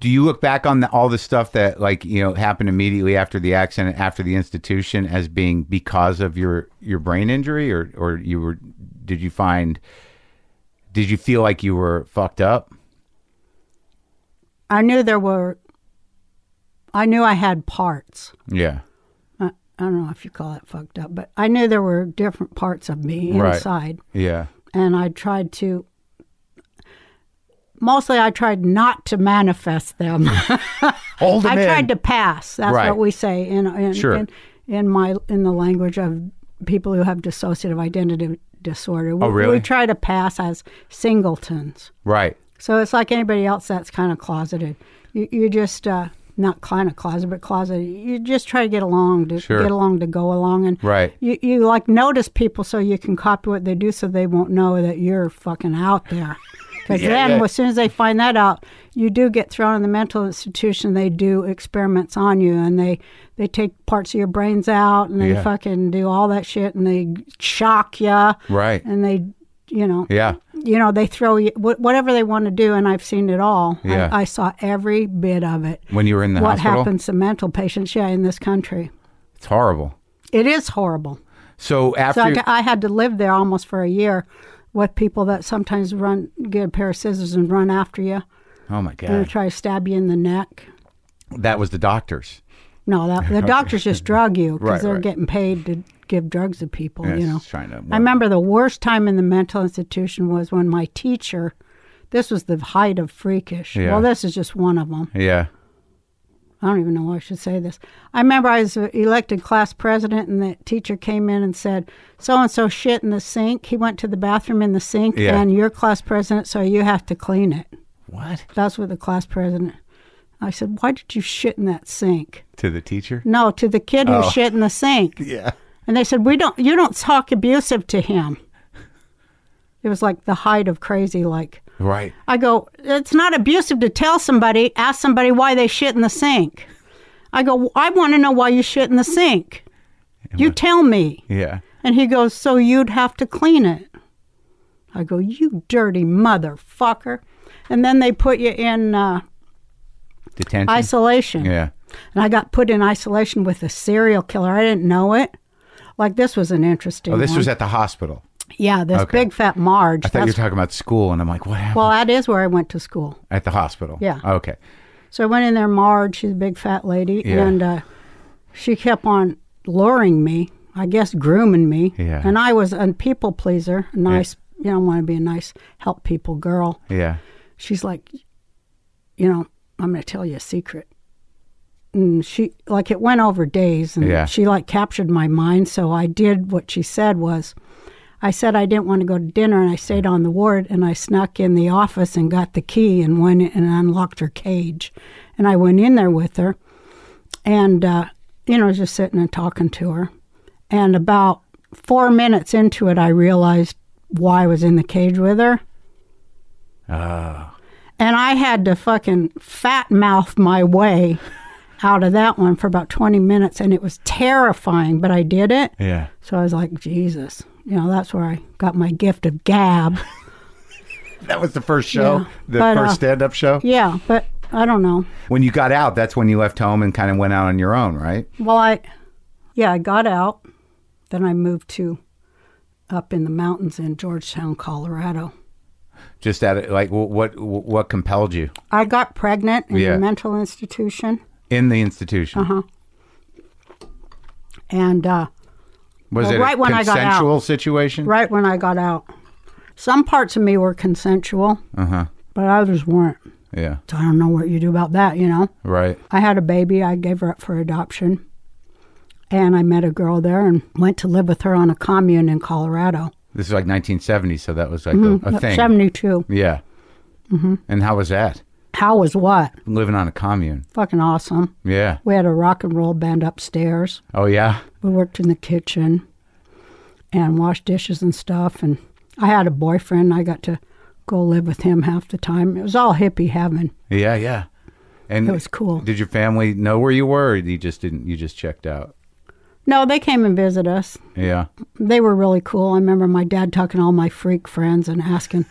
A: Do you look back on the, all the stuff that like you know happened immediately after the accident, after the institution, as being because of your your brain injury, or or you were? Did you find? Did you feel like you were fucked up?
B: I knew there were. I knew I had parts.
A: Yeah.
B: I, I don't know if you call it fucked up, but I knew there were different parts of me
A: Right.
B: inside,
A: Yeah.
B: and I tried to. Mostly, I tried not to manifest them.
A: Hold
B: I tried to pass. That's
A: Right.
B: what we say in in,
A: Sure.
B: in in my in the language of people who have dissociative identity disorder. We,
A: Oh, really?
B: We try to pass as singletons.
A: Right.
B: So it's like anybody else that's kind of closeted. You, you just uh, not kind of closeted, but closeted. You just try to get along to
A: Sure.
B: get along to go along, and
A: Right.
B: You you like notice people so you can copy what they do, so they won't know that you're fucking out there. Because
A: Yeah,
B: then,
A: yeah.
B: as soon as they find that out, you do get thrown in the mental institution. They do experiments on you, and they they take parts of your brains out, and they
A: Yeah.
B: fucking do all that shit, and they shock you,
A: Right.
B: and they you know
A: Yeah.
B: you know they throw you wh- whatever they want to do and i've seen it all
A: Yeah.
B: I, I saw every bit of it
A: When you were in the
B: what
A: hospital,
B: happens to mental patients yeah in this country
A: it's horrible.
B: it is horrible
A: So
B: so
A: after
B: I, I had to live there almost for a year with people that sometimes run get a pair of scissors and run after you
A: oh my
B: and
A: god,
B: try to stab you in the neck Mm.
A: that was the doctors.
B: no that, the doctors just drug you because
A: Right,
B: they're
A: right.
B: getting paid to give drugs to people
A: Yeah,
B: you
A: it's
B: know
A: trying to.
B: I remember the worst time in the mental institution was when my teacher, this was the height of freakish.
A: Yeah.
B: Well, this is just one of them.
A: Yeah.
B: I don't even know why I should say this. I remember I was elected class president, and the teacher came in and said, So and so shit in the sink. He went to the bathroom in the sink,
A: Yeah.
B: and you're class president, so you have to clean it.
A: What
B: That's what the class president. I said, Why did you shit in that sink?
A: to the teacher?
B: No, to the kid who
A: Oh.
B: shit in the sink.
A: Yeah.
B: And they said, "We don't. You don't talk abusive to him." It was like the height of crazy. Like
A: Right.
B: I go, it's not abusive to tell somebody, ask somebody why they shit in the sink. I go, I want to know why you shit in the sink. You tell me.
A: Yeah.
B: And he goes, so you'd have to clean it. I go, you dirty motherfucker. And then they put you in uh,
A: Detention.
B: isolation.
A: yeah.
B: And I got put in isolation with a serial killer. I didn't know it. Like this was an interesting.
A: Oh, this
B: one.
A: was at the hospital.
B: Yeah, this
A: Okay.
B: big fat Marge.
A: I thought you were
B: That's,
A: talking about school, and I'm like, what happened
B: well, that is where I went to school.
A: at the hospital?
B: Yeah.
A: Okay.
B: So I went in there, Marge, she's a big fat lady,
A: Yeah.
B: and uh, she kept on luring me, I guess grooming me.
A: Yeah.
B: And I was a people pleaser, a nice, you know, want to be a nice, help people girl.
A: Yeah.
B: She's like, you know, I'm going to tell you a secret. And she, like, it went over days, and
A: Yeah.
B: she, like, captured my mind. So I did what she said was, I said I didn't want to go to dinner, and I stayed on the ward, and I snuck in the office and got the key and went in and unlocked her cage, and I went in there with her, and uh, you know just sitting and talking to her, and about four minutes into it, I realized why I was in the cage with her. And I had to fucking fat mouth my way out of that one for about 20 minutes, and it was terrifying, but I did it.
A: Yeah.
B: So I was like, Jesus. You know, that's where I got my gift of gab.
A: That was the first show,
B: Yeah.
A: the
B: But,
A: first
B: uh,
A: stand-up show.
B: yeah, but I don't know.
A: When you got out, that's when you left home and kind of went out on your own, right?
B: Well, I, yeah, I got out. Then I moved to up in the mountains in Georgetown, Colorado.
A: Just at it, like wh- what wh- what compelled you
B: I got pregnant in
A: Yeah.
B: a mental institution,
A: in the institution?
B: and uh,
A: Was
B: Well,
A: it
B: right
A: a
B: when I got out.
A: consensual situation?
B: right when I got out, some parts of me were consensual,
A: Uh huh.
B: but others weren't.
A: Yeah.
B: So I don't know what you do about that, you know?
A: Right.
B: I had a baby. I gave her up for adoption. And I met a girl there and went to live with her on a commune in Colorado.
A: This is like 1970, so that was like
B: Mm-hmm.
A: a, a thing.
B: 72.
A: Yeah. Mm-hmm. And how was that?
B: How was what?
A: Living on a commune.
B: Fucking awesome.
A: Yeah.
B: We had a rock and roll band upstairs.
A: Oh yeah.
B: We worked in the kitchen and washed dishes and stuff. And I had a boyfriend. I got to go live with him half the time. It was all hippie heaven.
A: Yeah, yeah. And
B: It was cool.
A: Did your family know where you were? Or you just didn't. You just checked out.
B: No, they came and visit us.
A: Yeah.
B: They were really cool. I remember my dad talking to all my freak friends and asking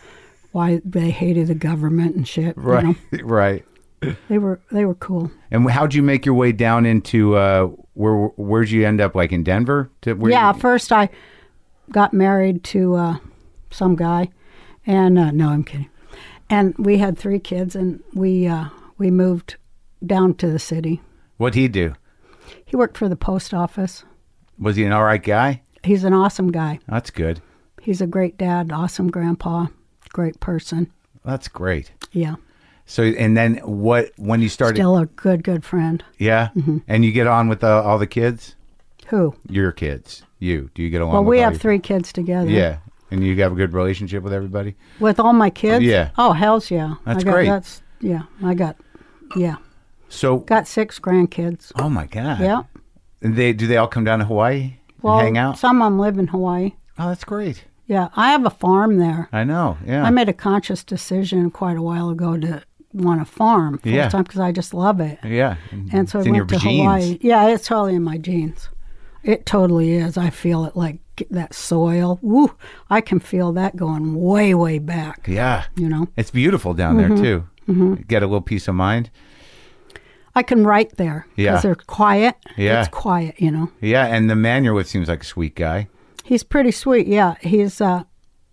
B: why they hated the government and shit. you
A: Right.
B: know.
A: Right.
B: They were they were cool.
A: And how'd you make your way down into uh, where? Where'd you end up? Like in Denver? To where
B: yeah,
A: you-
B: first I got married to uh, some guy, and uh, no, I'm kidding. And we had three kids, and we uh, we moved down to the city.
A: what'd he do?
B: He worked for the post office.
A: Was he an all right guy?
B: He's an awesome guy.
A: That's good.
B: He's a great dad, awesome grandpa, great person.
A: That's great.
B: Yeah,
A: So and then what? When you started?
B: still a good good friend.
A: yeah.
B: Mm-hmm.
A: And you get on with uh, all the kids.
B: Who?
A: Your kids. You. Do you get along?
B: Well,
A: with
B: we
A: all
B: have
A: your-
B: three kids together.
A: Yeah. And you have a good relationship with everybody.
B: With all my kids.
A: Yeah.
B: Oh hell's yeah.
A: That's
B: I got,
A: great.
B: That's yeah. I got yeah.
A: So.
B: Got six grandkids.
A: oh my God.
B: Yeah.
A: And they do they all come down to Hawaii
B: Well,
A: and hang out?
B: some of them live in Hawaii.
A: oh, that's great.
B: Yeah, I have a farm there.
A: I know. Yeah.
B: I made a conscious decision quite a while ago to want to farm full
A: Yeah.
B: time because I just love it.
A: yeah.
B: And so
A: it's
B: I
A: in
B: went
A: your
B: to
A: genes.
B: Hawaii. Yeah, it's totally in my genes. It totally is. I feel it like that soil. Woo! I can feel that going way, way back.
A: Yeah.
B: You know,
A: It's beautiful down
B: Mm-hmm.
A: there too. Get a little peace of mind.
B: I can write there because
A: Yeah.
B: they're quiet.
A: Yeah.
B: it's quiet. You know,
A: Yeah, and the man you're with seems like a sweet guy.
B: he's pretty sweet. Yeah, he's uh,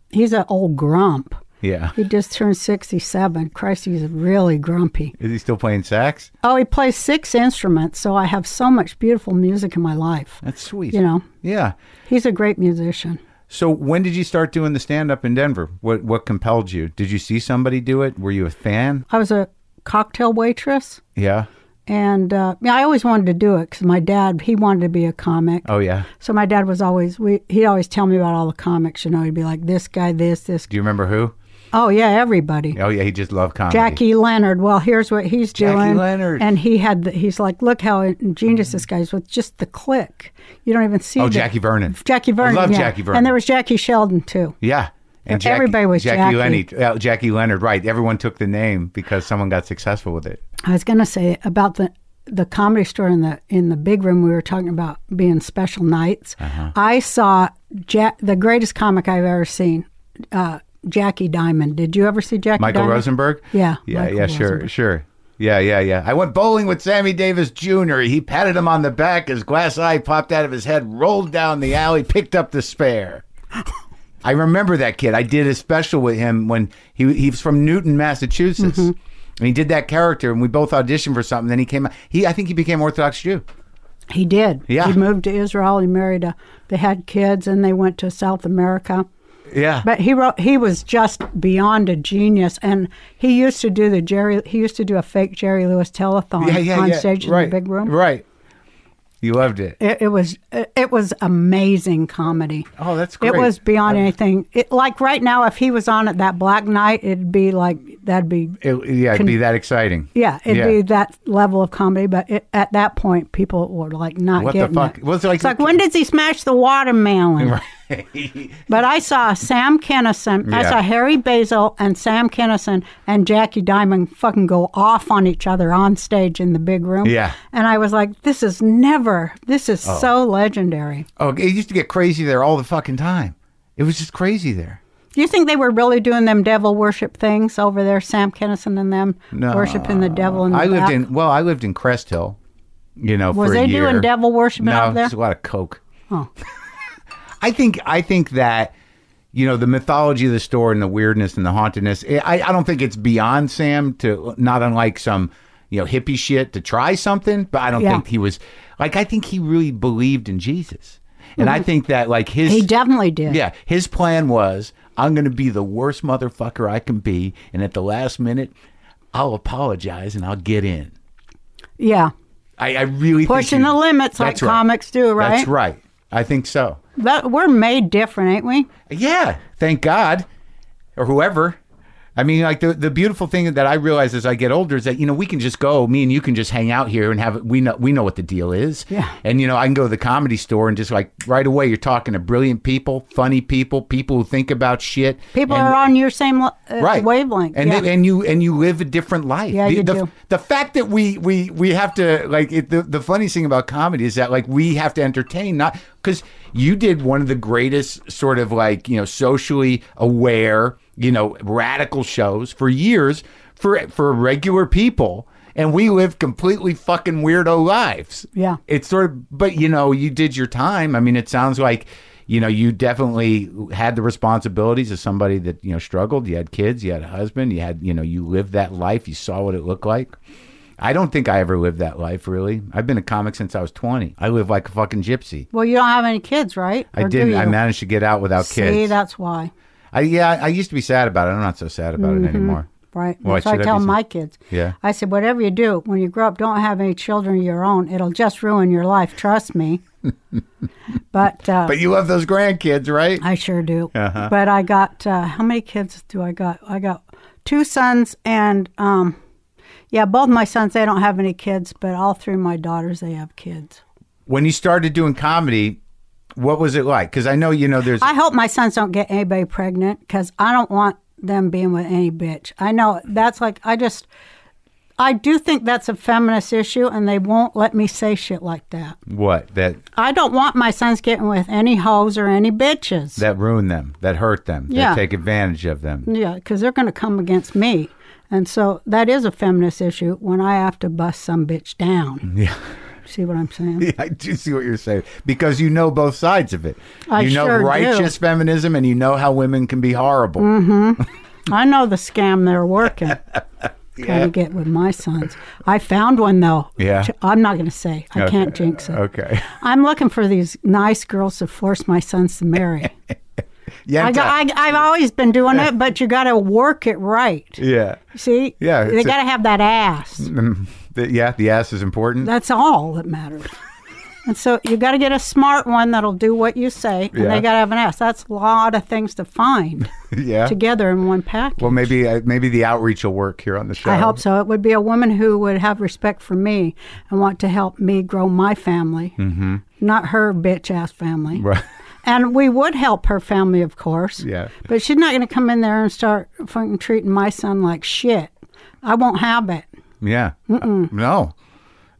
B: he's an old grump.
A: Yeah.
B: He just turned sixty-seven. Christ, he's really grumpy.
A: Is he still playing sax?
B: Oh, he plays six instruments, so I have so much beautiful music in my life.
A: That's sweet.
B: You know,
A: Yeah.
B: he's a great musician.
A: So when did you start doing the stand up in Denver? What what compelled you? Did you see somebody do it? Were you a fan?
B: I was a cocktail waitress,
A: Yeah.
B: and uh, yeah, I always wanted to do it because my dad he wanted to be a comic.
A: Oh yeah.
B: So my dad was always we he'd always tell me about all the comics. You know, he'd be like this guy, this this.
A: Do you remember who?
B: Oh yeah, everybody.
A: Oh yeah, he just loved comedy.
B: Jackie Leonard. Well, here's what he's
A: Jackie
B: doing.
A: Leonard. Mm-hmm.
B: And he had the, he's like, look how ingenious this guy is with just the click. You don't even see.
A: Oh,
B: the-
A: Jackie Vernon.
B: Jackie Vernon.
A: love
B: yeah.
A: Jackie Vernon.
B: And there was Jackie Sheldon too.
A: Yeah. And Jackie,
B: Everybody was
A: Jackie,
B: Jackie.
A: Leonard, uh, Jackie Leonard, right. Everyone took the name because someone got successful with it.
B: I was going to say about the the comedy store in the in the big room. We were talking about being special nights.
A: Uh-huh.
B: I saw ja- the greatest comic I've ever seen, uh, Jackie Diamond. Did you ever see Jackie?
A: Michael
B: Diamond?
A: Rosenberg?
B: Yeah,
A: Yeah,
B: Michael
A: yeah, sure,
B: Rosenberg.
A: sure. Yeah, yeah, yeah. I went bowling with Sammy Davis Jr. He patted him on the back. His glass eye popped out of his head, rolled down the alley, picked up the spare. I remember that kid. I did a special with him when he he was from Newton, Massachusetts.
B: Mm-hmm.
A: And he did that character, and we both auditioned for something. Then he came out. He, I think he became Orthodox Jew.
B: He did.
A: Yeah.
B: He moved to Israel. He married a. They had kids, and they went to South America.
A: Yeah.
B: But he wrote. He was just beyond a genius, and he used to do the Jerry. He used to do a fake Jerry Lewis telethon
A: yeah, yeah,
B: on
A: yeah.
B: stage
A: right,
B: in the big room.
A: Right. You loved it.
B: It, it was it was amazing comedy.
A: Oh, that's great.
B: It was beyond anything. It, like right now, if he was on at that Black Knight, it'd be like that'd be
A: It, yeah, it'd be that exciting.
B: yeah, it'd
A: Yeah.
B: be that level of comedy. But it, at that point, people were like not
A: What the
B: getting
A: fuck?
B: it.
A: Well, it's like-
B: it's like when does he smash the watermelon? But I saw Sam Kennison, I
A: Yeah.
B: saw Harry Basil and Sam Kennison and Jackie Diamond fucking go off on each other on stage in the big room.
A: Yeah.
B: And I was like, this is never, this is so legendary.
A: Oh, it used to get crazy there all the fucking time. It was just crazy there.
B: Do you think they were really doing them devil worship things over there, Sam Kennison and them
A: No.
B: worshiping the devil in the
A: I lived
B: back?
A: in well, I lived in Crest Hill, you know,
B: Was
A: for a
B: they
A: year.
B: doing devil worshiping
A: no,
B: out there?
A: it's a lot of coke.
B: Oh.
A: I think I think that you know the mythology of the store and the weirdness and the hauntedness. eh, I I don't think it's beyond Sam to not unlike some you know hippie shit to try something, but I don't
B: Yeah.
A: think he was like I think he really believed in Jesus, and I think that like his
B: Mm-hmm. He definitely did.
A: Yeah, his plan was I'm going to be the worst motherfucker I can be, and at the last minute, I'll apologize and I'll get in.
B: Yeah.
A: I, I really
B: Pushing
A: think
B: the limits like
A: That's right.
B: comics do, right?
A: That's right. I think so.
B: That, we're made different, ain't we?
A: Yeah, thank God, or whoever. I mean, like the, the beautiful thing that I realize as I get older is that you know we can just go. Me and you can just hang out here and have we know we know what the deal is.
B: Yeah.
A: And you know I can go to the comedy store and just like right away you're talking to brilliant people, funny people, people who think about shit.
B: People
A: and-
B: are on your same uh,
A: right
B: wavelength.
A: and
B: yeah.
A: they- and you and you live a different life
B: Yeah,
A: the,
B: you
A: the,
B: do.
A: the fact that we we we have to like it, the, the funniest thing about comedy is that like we have to entertain not because you did one of the greatest sort of like you know socially aware you know radical shows for years for for regular people and we live completely fucking weirdo lives
B: Yeah.
A: it's sort of but you know you did your time i mean it sounds like you know you definitely had the responsibilities of somebody that you know struggled you had kids you had a husband you had you know you lived that life you saw what it looked like i don't think i ever lived that life really i've been a comic since i was 20 i live like a fucking gypsy
B: well, you don't have any kids, right?
A: i
B: Or do
A: didn't i
B: you?
A: managed to get out without
B: See,
A: kids
B: that's why.
A: I, yeah i used to be sad about it i'm not so sad about
B: Mm-hmm.
A: it anymore
B: Right.
A: Why
B: That's what
A: should
B: I
A: I
B: tell
A: be-
B: my kids.
A: Yeah.
B: I said, whatever you do, when you grow up, don't have any children of your own. It'll just ruin your life. Trust me. but, uh,
A: but Uh-huh. you love those grandkids right
B: I sure do. But I got, uh, how many kids do I got? I got two sons and, um, yeah, both my sons, they don't have any kids, but all three of my daughters, they have kids.
A: when you started doing comedy what was it like because i know you know there's
B: I hope my sons don't get anybody pregnant because I don't want them being with any bitch. I know that's like, I just, I do think that's a feminist issue and they won't let me say shit like that.
A: what that
B: I don't want my sons getting with any hoes or any bitches.
A: that ruin them, that hurt them,
B: Yeah. Mm.
A: that take advantage of them.
B: Yeah, because they're going to come against me. And so that is a feminist issue when I have to bust some bitch down.
A: Yeah.
B: See what I'm saying?
A: I do see what you're saying because you know both sides of it.
B: I
A: you know
B: sure do. Mm.
A: righteous feminism and you know how women can be horrible.
B: I know the scam they're working. Trying to get with my sons. I found one though.
A: Yeah.
B: I'm not going to say. I can't jinx it.
A: Okay.
B: I'm looking for these nice girls to force my sons to marry.
A: Yeah.
B: I got, I, I've always been doing it, but you got to work it right.
A: yeah.
B: See?
A: Yeah,
B: They
A: it's a- Mm.
B: got to have that ass.
A: The, yeah, the ass is important.
B: That's all that matters. and so you got to get a smart one that'll do what you say, and
A: Yeah.
B: they got to have an ass. That's a lot of things to find
A: yeah.
B: together in one package.
A: well, maybe uh, maybe the outreach will work here on the show.
B: I hope so. It would be a woman who would have respect for me and want to help me grow my family, mm-hmm. not her bitch ass family.
A: Right.
B: And we would help her family, of course.
A: Yeah.
B: But she's not going to come in there and start fucking treating my son like shit. I won't have it.
A: Yeah. No.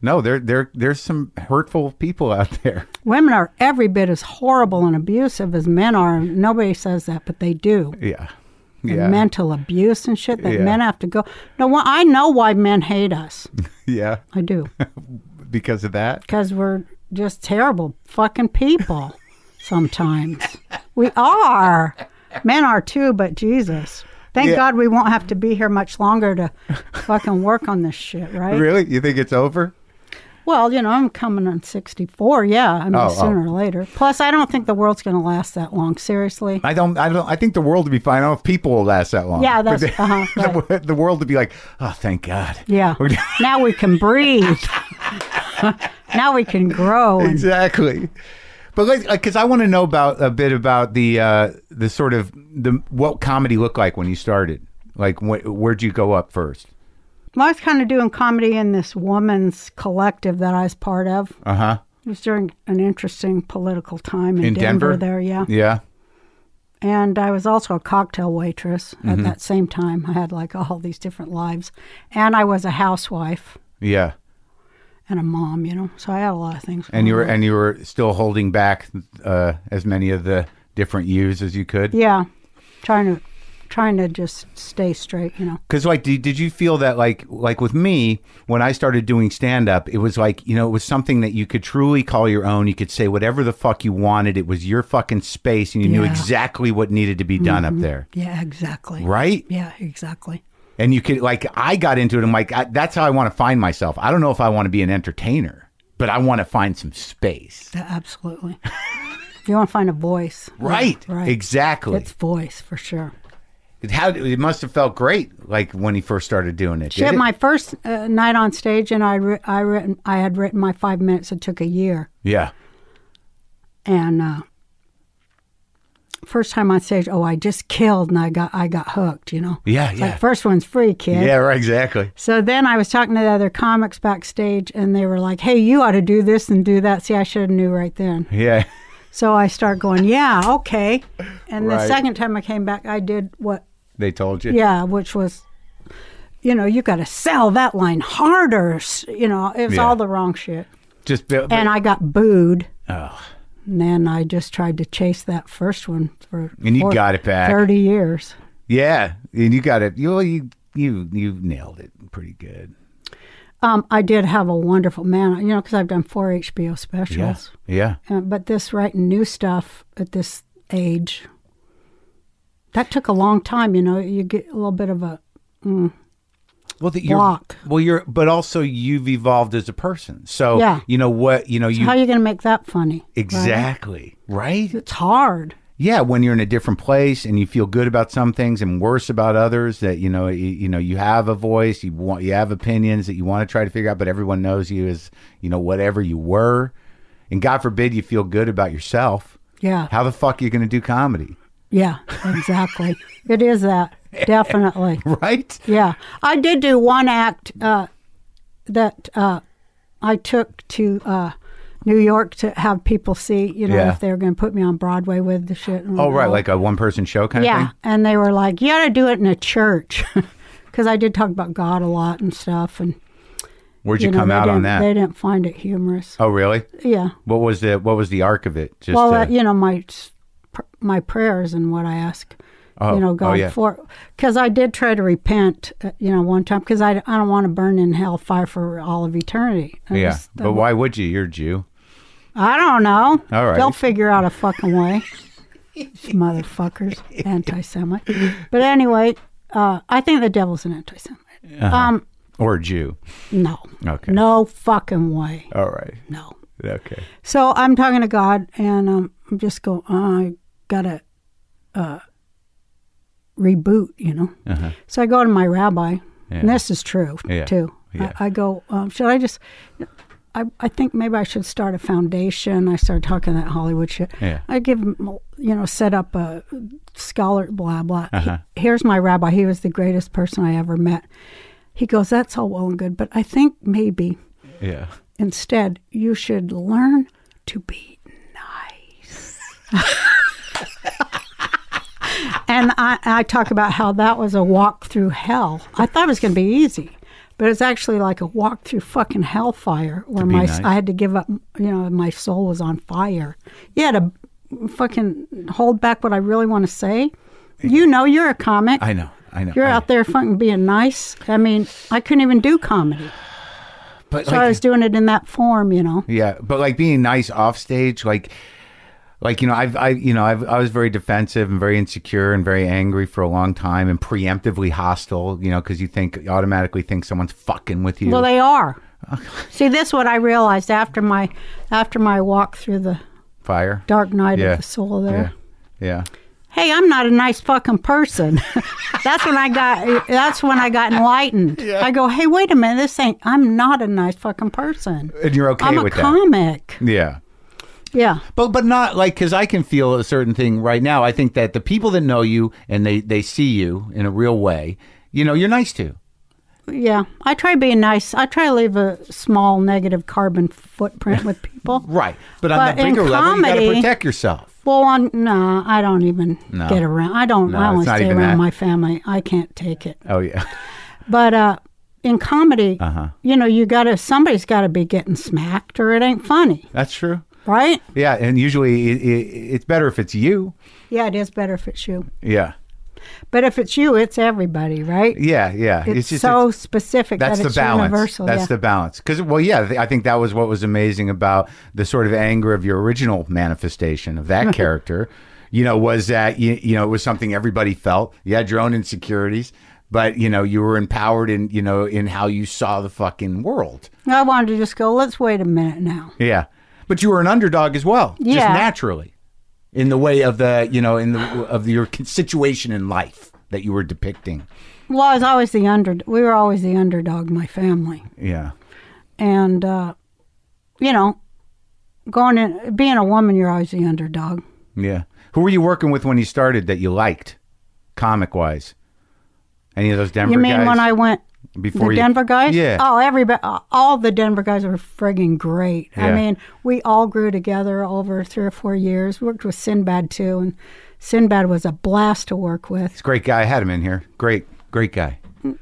A: No, there there there's some hurtful people out there.
B: Women are every bit as horrible and abusive as men are. and Nobody says that, but they do.
A: Yeah.
B: The
A: Yeah.
B: mental abuse and shit that
A: Yeah.
B: men have to go. No, wh- I know why men hate us.
A: yeah.
B: I do
A: Because of that.
B: because we're just terrible fucking people. Sometimes we are. Men are too, but Jesus. Thank
A: Yeah.
B: God we won't have to be here much longer to fucking work on this shit, right?
A: Really? You think it's over?
B: Well, you know, I'm coming on 64. Yeah, I mean,
A: Oh, oh.
B: sooner or later. Plus, I don't think the world's going to last that long. Seriously.
A: I don't. I don't. I think the world would be fine. I don't know if people will last that long.
B: Yeah,
A: But
B: that's uh-huh,
A: the,
B: right.
A: the, world would be like, oh, thank God.
B: yeah. now we can breathe. now we can grow. And,
A: exactly. But like, because I want to know about a bit about the uh, the sort of the what comedy looked like when you started. Like, wh- where'd you go up first?
B: well, I was kind of doing comedy in this woman's collective that I was part of.
A: Uh huh.
B: It was during an interesting political time in,
A: In Denver?
B: There, yeah.
A: Yeah.
B: And I was also a cocktail waitress
A: Mm-hmm.
B: at that same time. I had like all these different lives, and I was a housewife
A: Yeah.
B: and a mom. You know, so I had a lot of things.
A: And you were
B: going on.
A: and you were still holding back uh, as many of the different U's as you could.
B: Yeah, trying to trying to just stay straight, you know.
A: Because like, did, did you feel that like like with me when I started doing stand up, it was like you know it was something that you could truly call your own. You could say whatever the fuck you wanted. It was your fucking space, and you knew
B: Yeah. Mm-hmm.
A: exactly what needed to be done up there,
B: Yeah, exactly.
A: right?
B: Yeah, exactly.
A: And you could like I got into it. I'm like I, that's how I want to find myself. I don't know if I want to be an entertainer, but I want to find some space.
B: Yeah, absolutely. if you want to find a voice, yeah,
A: Right.
B: right.
A: Exactly.
B: It's voice for sure.
A: it, how, it must have felt great, like when he first started doing it. did
B: Shit,
A: it?
B: my first uh, night on stage, and I wri- I written I had written my five minutes. It took a year,
A: yeah.
B: and uh, first time on stage, oh, I just killed and I got I got hooked, you know.
A: Yeah,
B: It's
A: yeah.
B: Like first one's free, kid.
A: Yeah, right, exactly.
B: So then I was talking to the other comics backstage, and they were like, "Hey, you ought to do this and do that." See, I should have knew right then.
A: Yeah.
B: So I start going, "Yeah, okay." And
A: Right.
B: the second time I came back, I did what
A: They told you.
B: yeah, which was, you know, you got to sell that line harder. s- You know, it was
A: Yeah.
B: all the wrong shit.
A: Just built.
B: And I got booed.
A: oh.
B: And then I just tried to chase that first one for
A: And you
B: for
A: got it back.
B: 30 years.
A: Yeah. And you got it. You you you you nailed it pretty good.
B: Um, I did have a wonderful man, you know, because I've done four HBO specials.
A: Yeah.
B: Uh, but this writing new stuff at this age, that took a long time, you know. You get a little bit of a,
A: Well, that you're
B: Block.
A: well, you're but also you've evolved as a person. So
B: Yeah.
A: you know what you know you
B: how are you going to make that funny? Right?
A: exactly right.
B: It's hard.
A: Yeah, when you're in a different place and you feel good about some things and worse about others, that you know you, you know you have a voice, you want you have opinions that you want to try to figure out, but everyone knows you as you know whatever you were, and God forbid you feel good about yourself.
B: Yeah.
A: How the fuck are you going to do comedy,
B: Yeah, exactly. it is that definitely.
A: right?
B: Yeah, I did do one act uh, that uh, I took to uh, New York to have people see. You know,
A: Yeah.
B: if they were going to put me on Broadway with the shit. and
A: Oh, right,
B: all.
A: like a one person show kind
B: yeah,
A: of thing.
B: and they were like, "You got to do it in a church," because I did talk about God a lot and stuff. And
A: Where'd you,
B: know,
A: come
B: they
A: out on
B: didn't-
A: that?
B: They didn't find it humorous.
A: Oh, really?
B: Yeah.
A: What was the what was the arc of it? Just
B: well,
A: uh,
B: uh, you know my pr- my prayers and what I ask,
A: Oh,
B: you
A: oh,
B: know, God
A: yeah.
B: for because I did try to repent, uh, you know, one time because I, I don't want to burn in hell fire for all of eternity. I
A: yeah.
B: just- um,
A: But why would you? You're a Jew.
B: I don't know.
A: All right.
B: they'll figure out a fucking way, These motherfuckers, anti-Semite. But anyway, uh, I think the devil's an anti-Semite. Um,
A: Or a Jew.
B: no,
A: Okay.
B: no fucking way,
A: All right.
B: no.
A: Okay.
B: So I'm talking to God, and um, I'm just going, oh, I gotta uh, reboot, you know. So I go to my rabbi, and
A: Uh-huh. Yeah.
B: this is true
A: Yeah.
B: too.
A: Yeah.
B: I, I go, um, should I just? I, I think maybe I should start a foundation. I started talking that Hollywood shit.
A: Yeah.
B: I give him, you know, set up a scholar, blah, blah. He-
A: Uh-huh.
B: here's my rabbi. He was the greatest person I ever met. He goes, That's all well and good, but I think maybe
A: Yeah.
B: Instead, you should learn to be nice. and I, I talk about how that was a walk through hell. I thought it was going to be easy, but it's actually like a walk through fucking hellfire where
A: be
B: my
A: nice.
B: I had to give up. You know, my soul was on fire. You had to fucking hold back what I really want to say. You know, you're a comic.
A: I know. I know.
B: you're
A: I
B: out there fucking being nice. I mean, I couldn't even do comedy.
A: But
B: So
A: like,
B: I was doing it in that form, you know.
A: yeah, but like being nice off stage, like, like you know, I've, I, you know, I've, I was very defensive and very insecure and very angry for a long time and preemptively hostile, you know, because you think you automatically think someone's fucking with you.
B: Well, they are. See, this is what I realized after my after my walk through the
A: Fire.
B: dark night
A: Yeah.
B: of the soul. There,
A: Yeah. Yeah.
B: hey, I'm not a nice fucking person. that's when I got. That's when I got enlightened. I go, hey, wait a minute, this ain't. I'm not a nice fucking person.
A: And you're okay
B: I'm a
A: with that.
B: comic.
A: Yeah.
B: Yeah,
A: But but not like because I can feel a certain thing right now. I think that the people that know you and they they see you in a real way, you know, you're nice to.
B: yeah. I try being nice. I try to leave a small negative carbon footprint with people.
A: Right. But, on
B: But
A: the
B: in
A: bigger level, you got to
B: comedy-
A: protect yourself.
B: Well, i no, I don't even
A: No.
B: get around. I don't.
A: No,
B: I only
A: it's not
B: stay
A: even
B: around
A: that.
B: my family. I can't take it.
A: Oh yeah.
B: But uh, in comedy,
A: Uh-huh.
B: you know, you got to somebody's got to be getting smacked, or it ain't funny,
A: That's true.
B: right?
A: Yeah, and usually it, it, it's better if it's you.
B: Yeah, it is better if it's you.
A: Yeah,
B: But if it's you, it's everybody, right?
A: yeah, yeah.
B: It's, so
A: it's-
B: specific
A: that's
B: that
A: the
B: it's
A: balance.
B: universal.
A: that's
B: yeah.
A: the balance. Because well, yeah, th- I think that was what was amazing about the sort of anger of your original manifestation of that character. You know, was that you, you know it was something everybody felt. You had your own insecurities, but you know you were empowered in you know in how you saw the fucking world.
B: I wanted to just go. Let's wait a minute now.
A: Yeah, but you were an underdog as well, just
B: Yeah.
A: naturally, in the way of the you know in the of your situation in life that you were depicting.
B: Well, I was always the under. We were always the underdog, my family,
A: Yeah,
B: and uh, you know, going in being a woman, you're always the underdog.
A: yeah. Who were you working with when you started that you liked, comic wise? Any of those Denver
B: You mean
A: guys?
B: when I went
A: Before
B: the
A: you-
B: Denver guys?
A: Yeah.
B: Oh, everybody, all the Denver guys were friggin' great. I
A: Yeah.
B: mean, we all grew together over three or four years. Worked with Sinbad too, and Sinbad was a blast to work with.
A: He's a great guy. I had him in here. Great, great guy.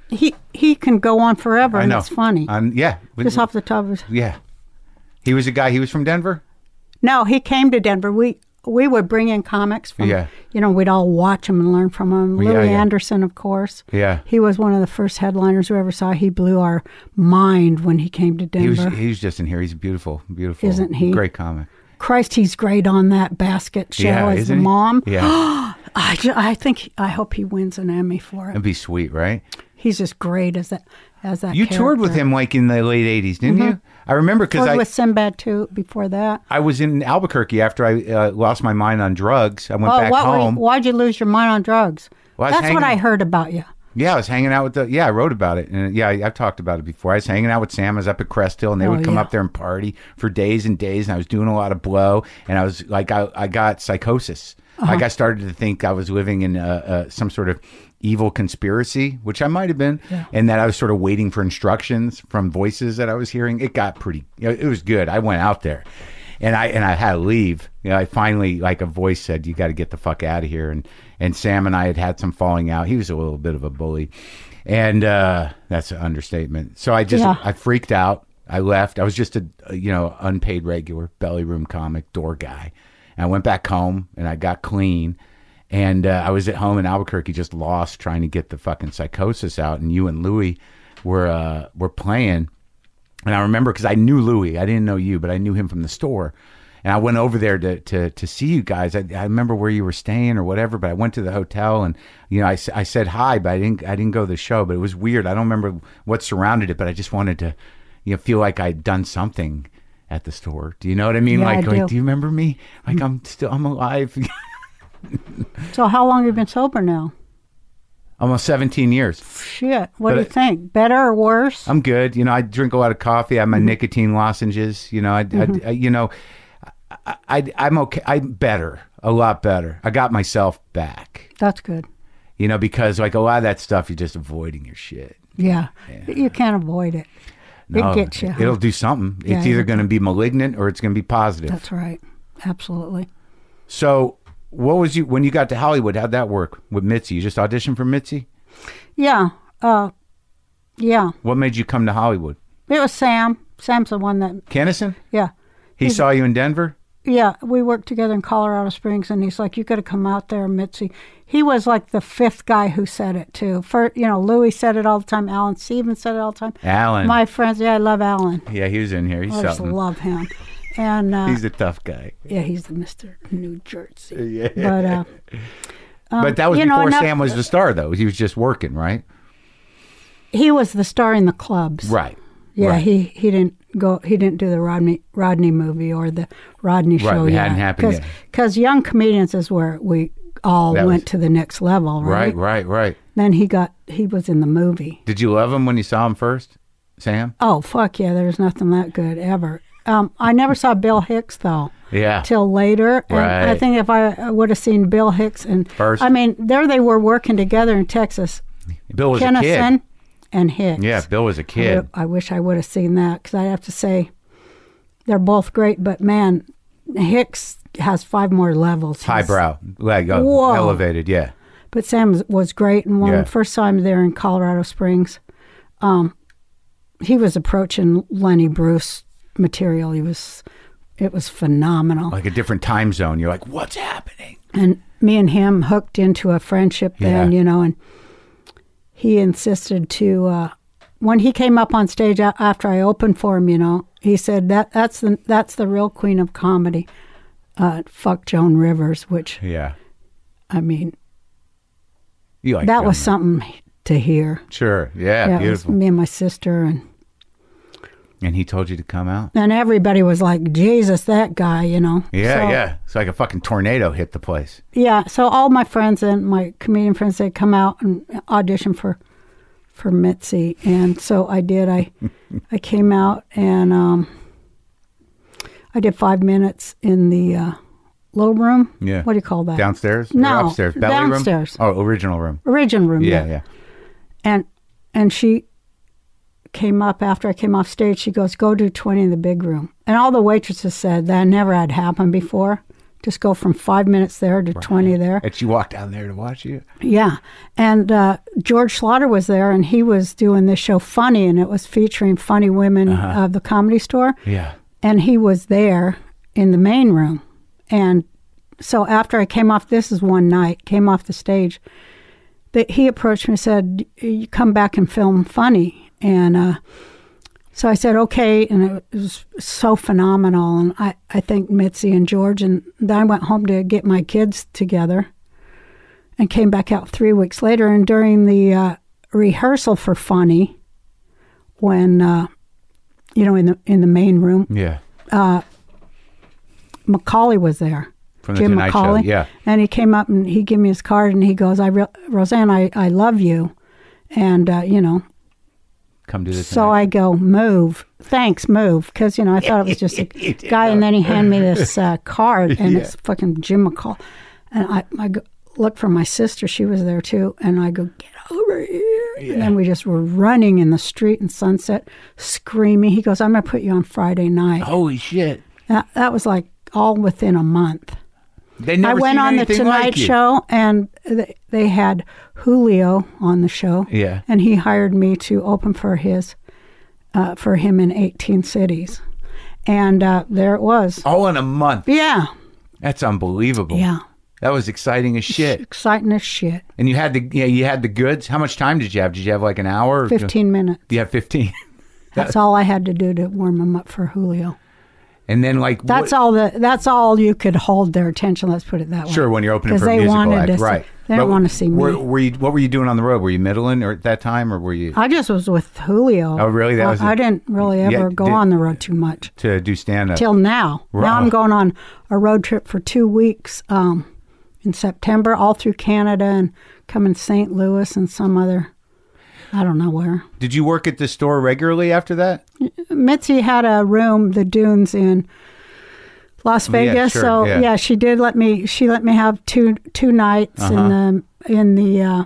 B: He he can go on forever,
A: I
B: and
A: know.
B: it's Oh, funny.
A: Um, yeah.
B: Just off the top of his.
A: yeah. He was a guy. He was from Denver.
B: No, he came to Denver. We we would bring in comics from,
A: Yeah.
B: you know, we'd all watch them and learn from them.
A: Yeah,
B: Louis
A: yeah.
B: Anderson, of course.
A: Yeah.
B: He was one of the first headliners we ever saw. He blew our mind when he came to
A: He
B: Denver.
A: was. He was just in here. He's beautiful. Beautiful.
B: Isn't he?
A: Great comic.
B: Christ, he's great on that basket show
A: yeah.
B: as the
A: isn't he?
B: mom.
A: Yeah.
B: I, ju- I think I hope he wins an Emmy for it.
A: That'd be sweet, right?
B: He's just great as that as that.
A: You toured with
B: character. Mm-hmm.
A: him like in the late '80s, didn't you? I remember because
B: Toured
A: I
B: with Sinbad too. Before that,
A: I was in Albuquerque after I uh, lost my mind on drugs. I went
B: oh,
A: back
B: what were you-
A: home.
B: why'd you lose your mind on drugs?
A: Well, I was
B: That's what I
A: hanging-
B: heard about you.
A: Yeah, I was hanging out with the. Yeah, I wrote about it, and yeah, I, I've talked about it before. I was hanging out with Sam. I was up at Crest Hill, and they
B: Oh,
A: would come
B: yeah.
A: up there and party for days and days. And I was doing a lot of blow, and I was like, I, I got psychosis. Like I started to think I was living in uh, uh, some sort of evil conspiracy, which I might have been, and that I was sort of waiting for instructions from voices that I was hearing. It got pretty. You know, it was good. I went out there. And I and I had to leave. You know, I finally like a voice said, "You got to get the fuck out of here." And and Sam and I had had some falling out. He was a little bit of a bully, and uh, that's an understatement. So I just
B: Yeah.
A: I freaked out. I left. I was just a a, you know unpaid regular belly room comic door guy. And I went back home and I got clean. And uh, I was at home in Albuquerque, just lost trying to get the fucking psychosis out. And you and Louie were uh, were playing. And I remember because I knew Louis. I didn't know you, but I knew him from the store. And I went over there to to, to see you guys. I, I remember where you were staying or whatever, but I went to the hotel and you know I, s- I said hi, but I didn't I didn't go to the show. But it was weird. I don't remember what surrounded it, but I just wanted to you know feel like I'd done something at the store. Do you know what I mean?
B: Yeah, I
A: like, like
B: do.
A: do you remember me? Like I'm still I'm alive.
B: So how long have you been sober now?
A: Almost 17 years.
B: Shit.
A: But
B: What do you
A: it-
B: think? Better or worse?
A: I'm good. You know, I drink a lot of coffee. I have my
B: Mm-hmm.
A: nicotine lozenges. You know, I, I, I- you know, I, I, I'm okay. I'm better, a lot better. I got myself back.
B: That's good.
A: You know, because like a lot of that stuff, you're just avoiding your shit.
B: Yeah. You can't avoid it.
A: No,
B: it gets you.
A: It'll do something.
B: Yeah,
A: it's either
B: it'll
A: going to be malignant or it's going to be positive.
B: That's right. Absolutely.
A: so, what was you when you got to Hollywood? How'd that work with Mitzi? You just auditioned for Mitzi.
B: Yeah. Uh, yeah.
A: What made you come to Hollywood?
B: It was Sam. Sam's the one that,
A: Kennison?
B: yeah.
A: He saw you in Denver.
B: Yeah. We worked together in Colorado Springs, and he's like, you got to come out there, Mitzi. He was like the fifth guy who said it, too. For, you know, Louis said it all the time. Alan Stevens said it all the time.
A: Alan.
B: My friends, yeah, I love Alan.
A: yeah, he was in here. He's
B: I just
A: something.
B: love him. And uh,
A: He's a tough guy.
B: yeah, he's the Mr. New Jersey. Yeah. But, uh,
A: But that was
B: you know,
A: before
B: and that-
A: Sam was the star, though. He was just working, right?
B: he was the star in the clubs.
A: Right.
B: Yeah,
A: Right.
B: he he didn't go. He didn't do the Rodney Rodney movie or the Rodney
A: Right,
B: show
A: it
B: yet.
A: hadn't happened yet.
B: Because young comedians is where we all
A: That
B: went
A: was-
B: to the next level, right?
A: Right, right, right.
B: Then he got he was in the movie.
A: Did you love him when you saw him first, Sam?
B: Oh fuck yeah! There's nothing that good ever. Um, I never saw Bill Hicks though.
A: Yeah.
B: Till later, and I
A: Right.
B: think if I would have seen Bill Hicks and
A: First.
B: I mean, there they were working together in Texas,
A: Bill was a
B: Kennison
A: kid.
B: and Hicks.
A: Yeah, Bill was a kid.
B: I wish I would have seen that because I have to say they're both great, but man, Hicks has five more levels. He's-
A: Highbrow, like uh,
B: Whoa.
A: elevated. Yeah.
B: But Sam was- was great, and when
A: Yeah.
B: first time there in Colorado Springs, um, he was approaching Lenny Bruce material. He was, it was phenomenal,
A: Like a different time zone. You're like, what's happening?
B: and me and him hooked into a friendship then,
A: Yeah.
B: you know, and he insisted to uh, when he came up on stage a- after I opened for him, you know, he said that that's the that's the real queen of comedy. Uh, fuck Joan Rivers, which
A: Yeah.
B: I mean,
A: You like
B: that
A: Bill.
B: was something to hear.
A: sure. Yeah,
B: Yeah, it was
A: beautiful.
B: me and my sister and
A: And he told you to come out.
B: and everybody was like, Jesus, that guy, you know.
A: Yeah,
B: So-
A: yeah. It's like a fucking tornado hit the place.
B: yeah so all my friends and my comedian friends they come out and audition for for mitzi and so i did i i came out and um i did five minutes in the uh little room.
A: Yeah.
B: What do you call that?
A: Downstairs?
B: No,
A: Or upstairs? Belly
B: downstairs.
A: room? Oh, original room.
B: Origin room.
A: Yeah, yeah.
B: And and she came up after I came off stage. She goes, "Go do twenty in the big room." And all the waitresses said that never had happened before. Just go from five minutes there to twenty there.
A: And she walked down there to watch you.
B: Yeah. And uh, George Slaughter was there, and he was doing this show Funny, and it was featuring funny women of the comedy store.
A: Yeah.
B: And he was there in the main room. And so after I came off, this is one night, came off the stage, that he approached me and said, You come back and film Funny. And uh, so I said, okay. And it was so phenomenal. And I, I thanked Mitzi and George. And then I went home to get my kids together and came back out three weeks later. And during the uh, rehearsal for Funny, when, uh, you know, in the, in the main room,
A: Yeah.
B: Macaulay was there.
A: From the Tonight Show, yeah.
B: And he came up and he gave me his card and he goes, I re- Roseanne, I, I love you. And, uh, you know,
A: Come to the
B: So I go, move. Thanks, move. Because, you know, I thought it was just a guy. And then he handed me this uh, card, and it's fucking Jim McCall. And I, I go, look for my sister. She was there too. And I go, get over here. And then we just were running in the street in sunset, screaming. He goes, I'm going to put you on Friday night.
A: Holy shit.
B: That, that was like all within a month.
A: They never
B: I went
A: seen
B: on the
A: anything
B: Tonight
A: like you.
B: Show, and they, they had Julio on the show.
A: Yeah.
B: and he hired me to open for his, uh, for him in 18 cities, and uh, there it was.
A: All in a month.
B: Yeah,
A: That's unbelievable.
B: yeah,
A: That was exciting as shit.
B: exciting as shit.
A: And you had the yeah, you had the goods. How much time did you have? Did you have like an hour? or-
B: 15 minutes.
A: You had fifteen.
B: That's all I had to do to warm him up for Julio.
A: And then like
B: That's
A: what-
B: all the. That's all you could hold their attention. Let's put it that way.
A: Sure, when you're opening
B: 'Cause
A: for a
B: they
A: musical
B: wanted
A: act,
B: to see-
A: right?
B: they didn't
A: But
B: want to see me.
A: Were, were you, what were you doing on the road? Were you middling or at that time, or were you
B: I just was with Julio.
A: Oh, really? That
B: I
A: was
B: I
A: it.
B: didn't really
A: Yeah,
B: ever go
A: did-
B: on the road too much.
A: to do stand up?
B: till now. Now
A: Wow.
B: I'm going on a road trip for two weeks um, in September, all through Canada and coming St. Louis and some other, I don't know where.
A: Did you work at the store regularly after that?
B: Mitzi had a room, the Dunes in Las Vegas.
A: sure,
B: so
A: yeah.
B: yeah. she did let me. She let me have two two nights
A: Uh-huh.
B: in the in the uh,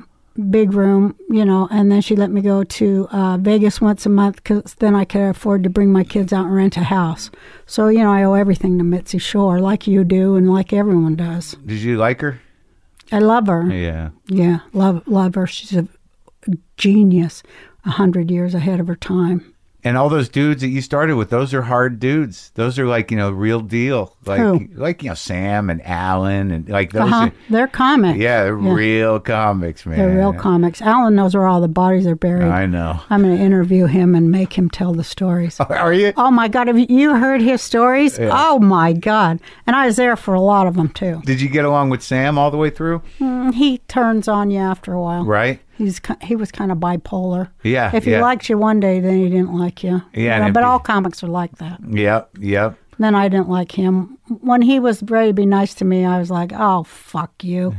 B: big room, you know, and then she let me go to uh, Vegas once a month because then I could afford to bring my kids out and rent a house. So you know, I owe everything to Mitzi Shore, like you do, and like everyone does.
A: Did you like her?
B: I love her.
A: Yeah.
B: Yeah, love love her. She's a genius, a hundred years ahead of her time.
A: And all those dudes that you started with, those are hard dudes. Those are like you know real deal, like
B: Who?
A: like you know Sam and Alan and like those.
B: Uh-huh.
A: are-
B: They're comics.
A: yeah, they're real comics, man.
B: They're real comics. Alan knows where all the bodies are buried.
A: I know.
B: am going to interview him and make him tell the stories.
A: Are you?
B: oh my God, have you heard his stories? Oh my God. And I was there for a lot of them too.
A: Did you get along with Sam all the way through?
B: And He turns on you after a while.
A: Right.
B: He's ki- he was kind of bipolar.
A: Yeah,
B: If he
A: yeah.
B: liked you one day, then he didn't like you.
A: Yeah,
B: You
A: and
B: know,
A: if
B: but
A: he-
B: all comics are like that.
A: Yep. Yep.
B: Then I didn't like him. When he was ready to be nice to me, I was like, "Oh fuck you,"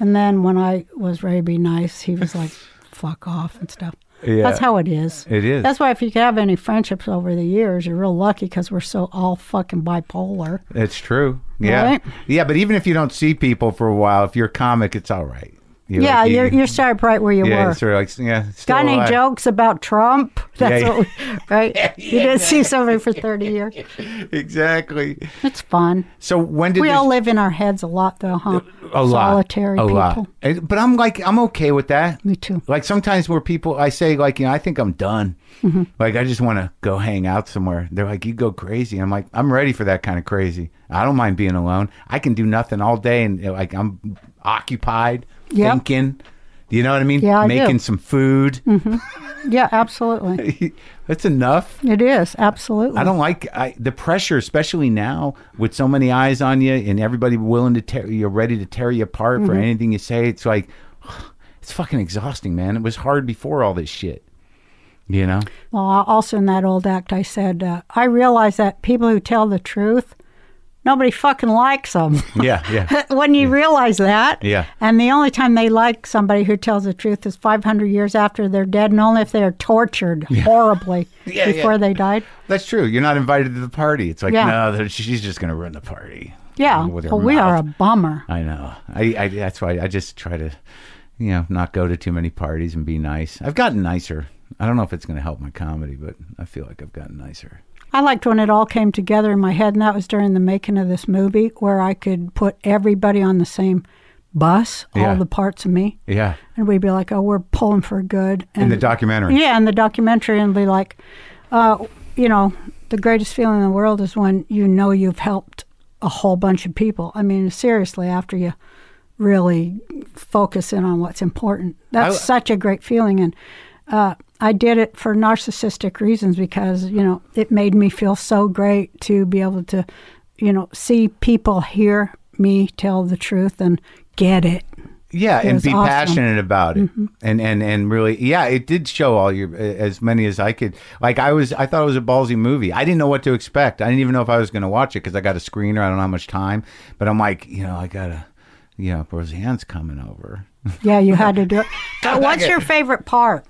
B: and then when I was ready to be nice, he was like, "Fuck off" and stuff.
A: Yeah.
B: That's how it is.
A: It is.
B: That's why if you could have any friendships over the years, you're real lucky because we're so all fucking bipolar.
A: It's true. Yeah.
B: Right?
A: Yeah, but even if you don't see people for a while, if you're a comic, it's all right. You're
B: yeah,
A: like, you-
B: you're you're started right where you
A: yeah,
B: were.
A: it's sort of like yeah. Still
B: Got any
A: alive.
B: jokes about Trump? That's
A: Yeah.
B: what we, right. You didn't see somebody for thirty years.
A: Exactly.
B: It's fun.
A: So when did
B: We
A: this-
B: all live in our heads a lot, though, huh?
A: a lot,
B: Solitary
A: a
B: people.
A: lot. And- But I'm like I'm okay with that.
B: Me too.
A: Like sometimes where people I say like you know I think I'm done.
B: Mm-hmm.
A: Like I just want to go hang out somewhere. They're like you go crazy. I'm like I'm ready for that kind of crazy. I don't mind being alone. I can do nothing all day and you know, like I'm occupied
B: Yep.
A: thinking. You know what I mean?
B: Yeah, I do.
A: Making some food.
B: Yeah, absolutely.
A: That's enough.
B: It is absolutely.
A: I don't like I, the pressure, especially now with so many eyes on you and everybody willing to tear you, ready to tear you apart
B: Mm-hmm.
A: for anything you say. It's like, it's fucking exhausting, man. It was hard before all this shit, you know?
B: Well, I- also in that old act, I said uh, I realize that people who tell the truth, nobody fucking likes them.
A: Yeah, yeah.
B: when you realize that,
A: Yeah.
B: And the only time they like somebody who tells the truth is 500 years after they're dead, and only if they are tortured horribly
A: Yeah, yeah.
B: before they died.
A: That's true. You're not invited to the party. It's like,
B: Yeah.
A: no, they're- she's just going to ruin the party.
B: Yeah,
A: with her
B: well, we are a
A: mouth.
B: bummer.
A: I know. I, I that's why I just try to, you know, not go to too many parties and be nice. I've gotten nicer. I don't know if it's going to help my comedy, but I feel like I've gotten nicer.
B: I liked when it all came together in my head, and that was during the making of this movie where I could put everybody on the same bus,
A: Yeah.
B: all the parts of me,
A: Yeah,
B: and we'd be like, "Oh, we're pulling for good."
A: in the documentary.
B: yeah, and the documentary, and be like, uh, you know, the greatest feeling in the world is when you know you've helped a whole bunch of people. I mean, seriously, after you really focus in on what's important, that's
A: I-
B: such a great feeling, and. Uh, I did it for narcissistic reasons because, you know, it made me feel so great to be able to, you know, see people hear me tell the truth and get it.
A: Yeah, and
B: was
A: be
B: awesome. Mm-hmm.
A: passionate about it, and and and really, yeah, it did show all your as many as I could. Like I was, I thought it was a ballsy movie. I didn't know what to expect. I didn't even know if I was going to watch it because I got a screener. I don't know how much time, but I'm like, you know, I gotta, you know, Roseanne's coming over.
B: Yeah, you had to do it. But what's your favorite part?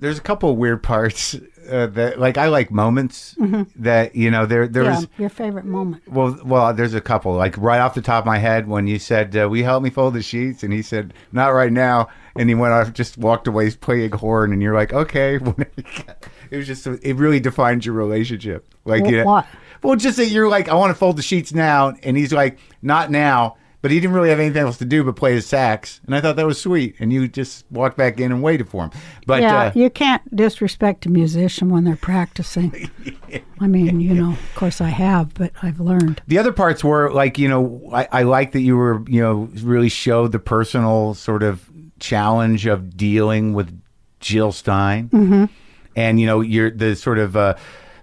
A: there's a couple of weird parts uh, that like I like moments that you know there there
B: Mm-hmm. yeah,
A: was
B: your favorite moment.
A: well well there's a couple like right off the top of my head when you said uh, "Will you help me fold the sheets?" and he said "Not right now," and he went off just walked away playing horn, and you're like okay. It was just it really defined your relationship. Like
B: Wh-
A: you know,
B: what?
A: well, just that you're like I want to fold the sheets now, and he's like not now. But he didn't really have anything else to do but play his sax, and I thought that was sweet. And you just walked back in and waited for him. But
B: yeah,
A: uh,
B: you can't disrespect a musician when they're practicing. I mean, you know, of course I have, but I've learned.
A: The other parts were like, you know, I, I like that you were, you know, really showed the personal sort of challenge of dealing with Jill Stein, mm-hmm. and you know, you're the sort of uh,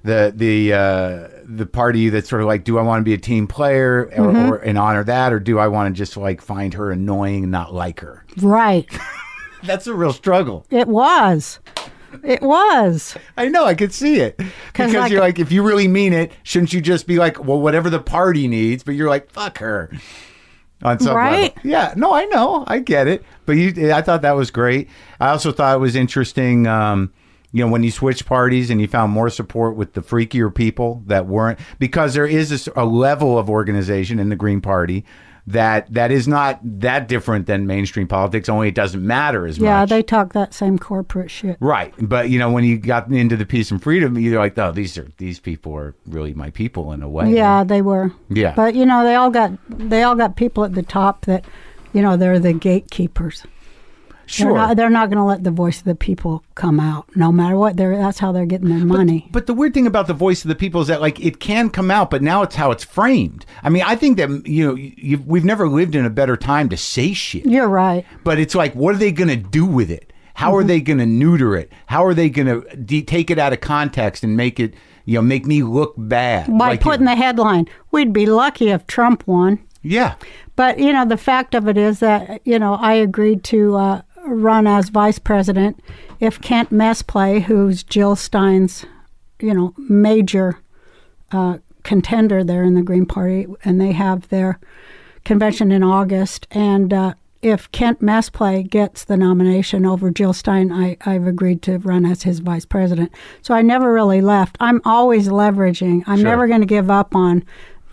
A: the the uh, the part of you that's sort of like, do I want to be a team player or, or and honor that, or do I want to just like find her annoying and not like her?
B: Right.
A: That's a real struggle.
B: It was. It was.
A: I know, I could see it because
B: like-
A: you're like, if you really mean it, shouldn't you just be like, well, whatever the party needs? But you're like, fuck her. On some
B: Right?
A: level. yeah. No, I know, I get it. But you, I thought that was great. I also thought it was interesting. Um, you know, when you switch parties and you found more support with the freakier people that weren't, because there is a s a a level of organization in the Green Party that that is not that different than mainstream politics. Only it doesn't matter as
B: Yeah,
A: much.
B: they talk that same corporate shit.
A: Right, but you know when you got into the peace and freedom, you're like, oh, these are these people are really my people in a way.
B: Yeah, they were.
A: Yeah.
B: But you know, they all got they all got people at the top that, you know, they're the gatekeepers.
A: sure.
B: They're not, they're not going to let the voice of the people come out, no matter what. They're that's how they're getting their money.
A: but the weird thing about the voice of the people is that like it can come out, but now it's how it's framed. I mean, I think that you know you we've never lived in a better time to say shit.
B: You're right.
A: But it's like, what are they going to do with it? How
B: Mm-hmm.
A: are they going to neuter it? How are they going to de- take it out of context and make it you know make me look bad
B: By
A: Like,
B: putting the headline, we'd be lucky if Trump won.
A: yeah.
B: But you know, the fact of it is that you know I agreed to uh, run as vice president if Kent Mesplay, who's Jill Stein's, you know, major uh, contender there in the Green Party, and they have their convention in August, and uh, if Kent Mesplay gets the nomination over Jill Stein, I, I've agreed to run as his vice president. So I never really left. I'm always leveraging. I'm never going to give up on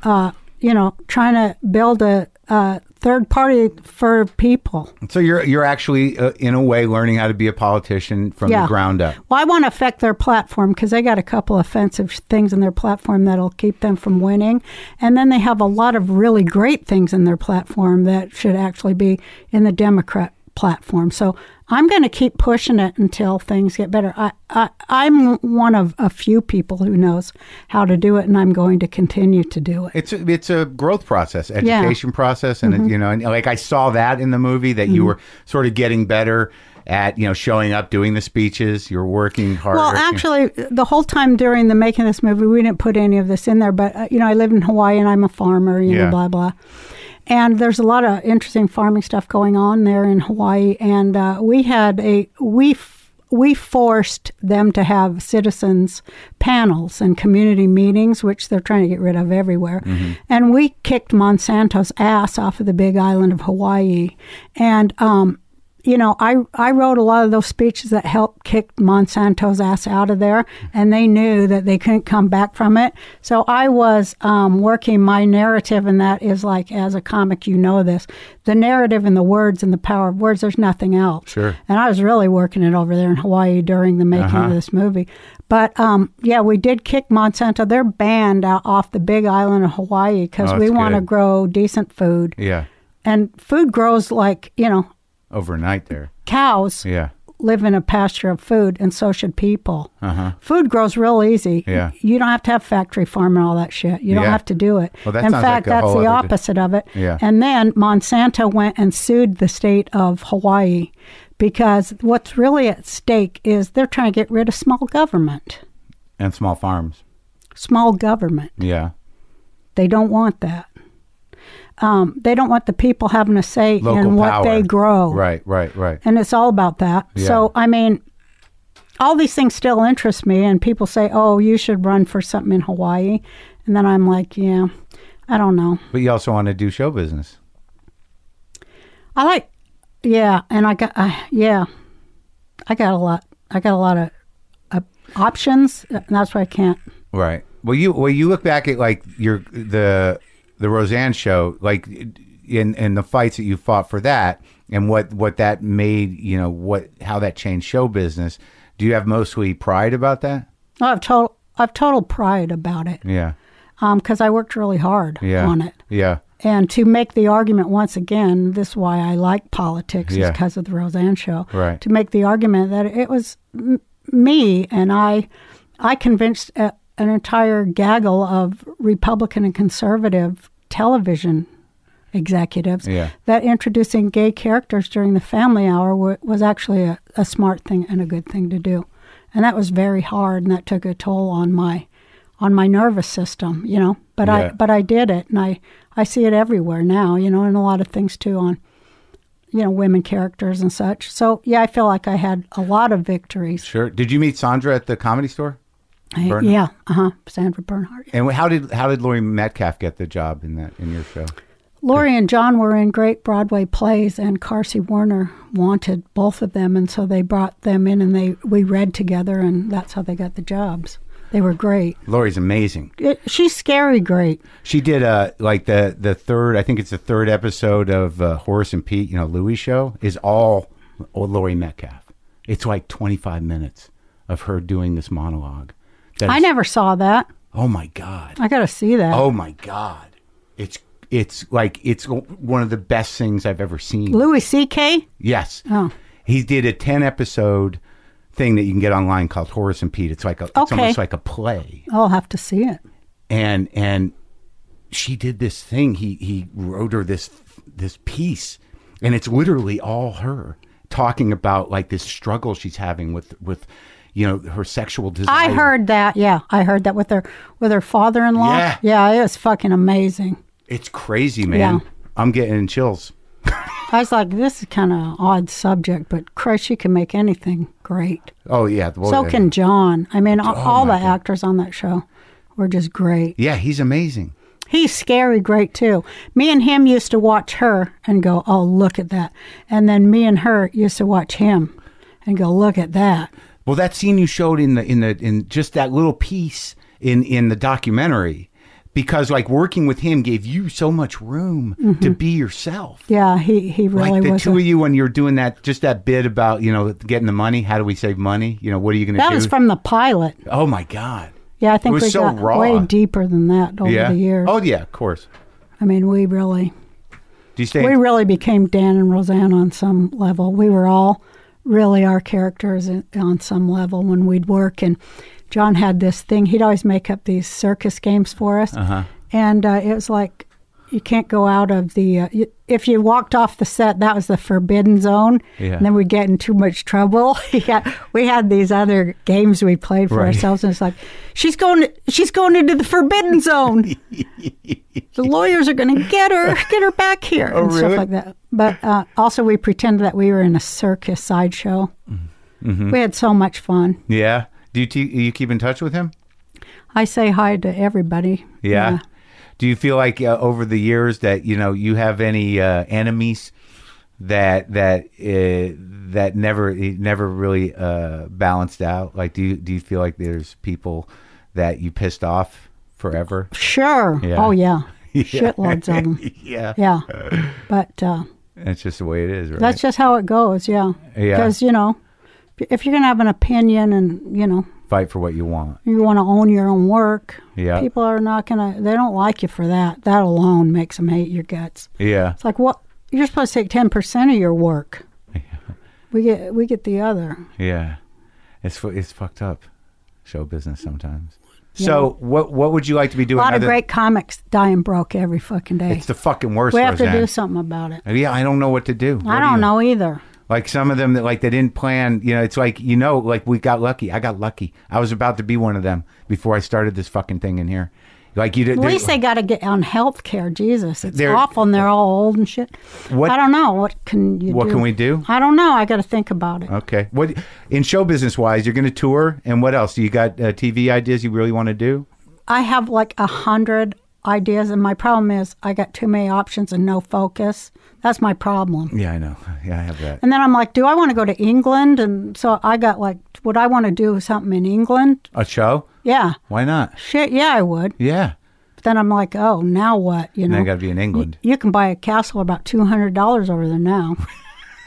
B: uh, you know, trying to build a, a third party for people.
A: So you're you're actually uh, in a way learning how to be a politician from
B: Yeah.
A: the ground up.
B: Well, I want to affect their platform because they got a couple offensive things in their platform that'll keep them from winning. And then they have a lot of really great things in their platform that should actually be in the Democrat platform. So I'm going to keep pushing it until things get better. I, I, I'm one of a few people who knows how to do it, and I'm going to continue to do it.
A: It's a, it's a growth process, education process, and
B: Mm-hmm.
A: it, you know, and like I saw that in the movie that you were sort of getting better at, you know, showing up, doing the speeches. You're working harder.
B: Well, actually, the whole time during the making of this movie, we didn't put any of this in there. But uh, you know, I live in Hawaii and I'm a farmer. You
A: Yeah.
B: know, blah blah. And there's a lot of interesting farming stuff going on there in Hawaii. And uh, we had a we f- we forced them to have citizens panels and community meetings, which they're trying to get rid of everywhere.
A: Mm-hmm.
B: And we kicked Monsanto's ass off of the Big Island of Hawaii, and um, you know, I, I wrote a lot of those speeches that helped kick Monsanto's ass out of there, and they knew that they couldn't come back from it. So I was um, working my narrative, and that is like, as a comic, you know this the narrative and the words and the power of words, there's nothing else.
A: Sure. Uh-huh.
B: And I was really working it over there in Hawaii during the making of this movie. But um, yeah, we did kick Monsanto. They're banned out off the big island of Hawaii because
A: Oh,
B: we
A: that's
B: want to
A: good.
B: grow decent food.
A: Yeah.
B: And food grows like, you know,
A: Overnight there.
B: cows
A: Yeah.
B: live in a pasture of food, and so should people.
A: Uh-huh.
B: Food grows real easy.
A: Yeah.
B: You don't have to have factory farm and all that shit. You
A: Yeah.
B: don't have to do it.
A: Well, that
B: in
A: sounds like
B: fact,
A: a
B: that's
A: whole
B: the
A: other di-
B: opposite of it.
A: Yeah.
B: And then Monsanto went and sued the state of Hawaii because what's really at stake is they're trying to get rid of small government.
A: And small farms.
B: Small government.
A: Yeah.
B: They don't want that. Um, they don't want the people having a say
A: Local
B: in what
A: power.
B: they grow.
A: Right, right, right.
B: and it's all about that. So I mean, all these things still interest me, and people say, "Oh, you should run for something in Hawaii," and then I'm like, "Yeah, I don't know.
A: But you also want to do show business.
B: I like, yeah, and I got, I, yeah, I got a lot. I got a lot of uh, options, and that's why I can't.
A: Right. Well, you well you look back at like your the the Roseanne show, like in in the fights that you fought for that, and what what that made, you know, what how that changed show business. Do you have mostly pride about that?
B: No, I've total, I've total pride about it
A: Yeah.
B: because I worked really hard
A: Yeah.
B: on it.
A: Yeah.
B: And to make the argument once again, this is why I like politics
A: Yeah.
B: is because of the Roseanne show.
A: Right.
B: To make the argument that it was m- me and I, I convinced a, an entire gaggle of Republican and conservative television executives
A: Yeah.
B: that introducing gay characters during the family hour w- was actually a, a smart thing and a good thing to do. And that was very hard, and that took a toll on my on my nervous system, you know. But
A: Yeah.
B: I but I did it, and I I see it everywhere now, you know, and a lot of things too on you know women characters and such. So yeah, I feel like I had a lot of victories.
A: Sure. Did you meet Sandra at the comedy store?
B: I-
A: Bernhardt?
B: yeah, uh huh. Sandra Bernhardt.
A: And how did how did Lori Metcalf get the job in that in your show?
B: Laurie and John were in great Broadway plays, and Carsey Warner wanted both of them, and so they brought them in, and they we read together, and that's how they got the jobs. They were great.
A: Lori's amazing.
B: It, she's scary great.
A: She did uh like the the third I think it's the third episode of uh, Horace and Pete, you know, Louis show is all Lori Metcalf. It's like 25 minutes of her doing this monologue. That
B: I
A: is-
B: never saw that.
A: Oh my god.
B: I got to see that.
A: Oh my god. It's it's like it's one of the best things I've ever seen.
B: Louis C.K.
A: Yes.
B: Oh.
A: He did a 10 episode thing that you can get online called Horace and Pete. It's like a, it's
B: Okay.
A: almost like a play.
B: I'll have to see it.
A: And and she did this thing. He he wrote her this this piece and it's literally all her talking about like this struggle she's having with with you know her sexual desire.
B: I heard that. Yeah, I heard that with her with her father-in-law.
A: Yeah.
B: it was fucking amazing.
A: It's crazy, man.
B: Yeah.
A: I'm getting chills.
B: I was like, this is kind of an odd subject, but Christ, she can make anything great.
A: Oh yeah. Well,
B: So
A: yeah. Oh,
B: can John. I mean, all, all the actors on that show were just great.
A: Yeah, he's amazing.
B: He's scary great too. Me and him used to watch her and go, "Oh, look at that," and then me and her used to watch him and go, "Look at that."
A: Well, that scene you showed in the in the in just that little piece in in the documentary, because like working with him gave you so much room
B: Mm-hmm.
A: to be yourself.
B: Yeah, he he really
A: Like the
B: was.
A: two
B: a-
A: of you when you're doing that, just that bit about you know getting the money. How do we save money? You know what are you going to
B: that
A: do?
B: was from the pilot.
A: oh my god!
B: Yeah, I think
A: was
B: we
A: so
B: got
A: raw.
B: way deeper than that over
A: yeah.
B: the years.
A: Oh yeah, of course.
B: I mean, we really
A: Do you stay?
B: we really became Dan and Roseanne on some level. We were all really our characters in- on some level when we'd work. And John had this thing; he'd always make up these circus games for us,
A: Uh-huh.
B: and uh, it was like you can't go out of the. Uh, you, if you walked off the set, that was the forbidden zone,
A: Yeah.
B: and then we'd get in too much trouble. yeah, we had these other games we played for
A: Right.
B: ourselves, and it's like she's going, she's going into the forbidden zone the lawyers are going to get her, get her back here, and
A: Oh, really?
B: stuff like that. But uh, also, we pretended that we were in a circus sideshow.
A: Mm-hmm.
B: We had so much fun.
A: yeah. Do you te- you keep in touch with him?
B: I say hi to everybody.
A: Yeah. Do you feel like uh, over the years that you know you have any uh, enemies that that uh, that never it never really uh, balanced out? Like, do you do you feel like there's people that you pissed off forever?
B: Sure.
A: Yeah.
B: Oh yeah. Shitloads of them.
A: yeah,
B: Yeah. But uh,
A: that's just the way it is, right?
B: that's just how it goes. Yeah.
A: Yeah.
B: Because you know, if you're gonna have an opinion and you know
A: Fight for what you want.
B: you want to own your own work,
A: Yeah.
B: people are not gonna. They don't like you for that. That alone makes them hate your guts.
A: Yeah,
B: It's like what you're supposed to take ten percent of your work. We get we get the other.
A: yeah. It's fu- it's fucked up. Show business sometimes. So what what would you like to be
B: A
A: doing?
B: lot of
A: other-
B: great comics dying broke every fucking day.
A: It's the fucking worst.
B: we have to
A: Roseanne. Uh,
B: do something about it.
A: Yeah, I don't know what to do. What
B: I
A: do
B: don't
A: you-
B: know either.
A: Like some of them that like they didn't plan. You know, it's like you know, like we got lucky. I got lucky. I was about to be one of them before I started this fucking thing in here. Like you did.
B: At least they got to get on health care. Jesus, it's
A: They're-
B: awful, and they're all old and shit.
A: What-
B: I don't know. What can you?
A: What
B: do?
A: can we do?
B: I don't know. I got to think about it.
A: Okay. What in show business wise, you're going to tour, and what else? You got uh, TV ideas you really want to do?
B: I have like a hundred ideas, and my problem is I got too many options and no focus. That's my problem.
A: Yeah, I know. Yeah, I have that.
B: And then I'm like, do I want to go to England? And so I got like, would I want to do something in England?
A: A show?
B: Yeah.
A: Why not?
B: Shit, yeah, I would.
A: Yeah.
B: But then I'm like, oh, now what? You
A: Now
B: know,
A: I got to be in England.
B: you can buy a castle about two hundred dollars over there now.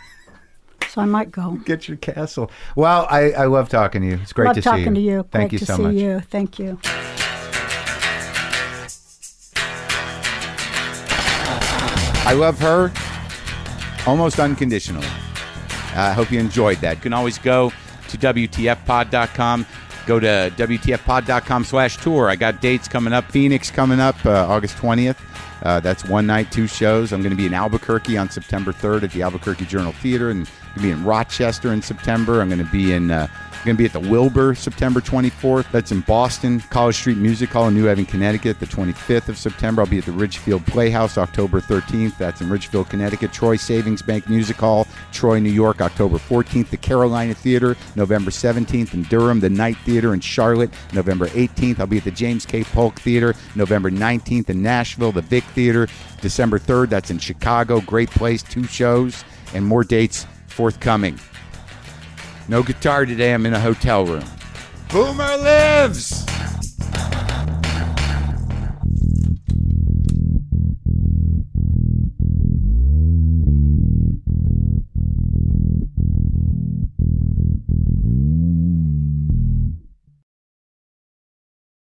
B: so I might go.
A: Get your castle. Well, I, I love talking to you. It's great
B: Love
A: to see you.
B: talking to you.
A: Thank
B: Great
A: you
B: to
A: so
B: see
A: much.
B: you. Thank you.
A: I love her almost unconditionally. Uh, I hope you enjoyed that. You can always go to WTFpod.com. Go to WTFpod.com slash tour. I got dates coming up. Phoenix coming up uh, August 20th. Uh, that's one night, two shows. I'm going to be in Albuquerque on September 3rd at the Albuquerque Journal Theater, and I'm going to be in Rochester in September. I'm going to be in uh, going to be at the Wilbur September 24th. That's in Boston. College Street Music Hall in New Haven, Connecticut, the 25th of September. I'll be at the Ridgefield Playhouse October 13th. That's in Ridgefield, Connecticut. Troy Savings Bank Music Hall, Troy, New York, October 14th. The Carolina Theater, November 17th in Durham. The Night Theater in Charlotte, November 18th. I'll be at the James K. Polk Theater, November 19th in Nashville. The Vic Theater, December 3rd. That's in Chicago. Great place, two shows, and more dates forthcoming. No guitar today. I'm in a hotel room. Boomer lives!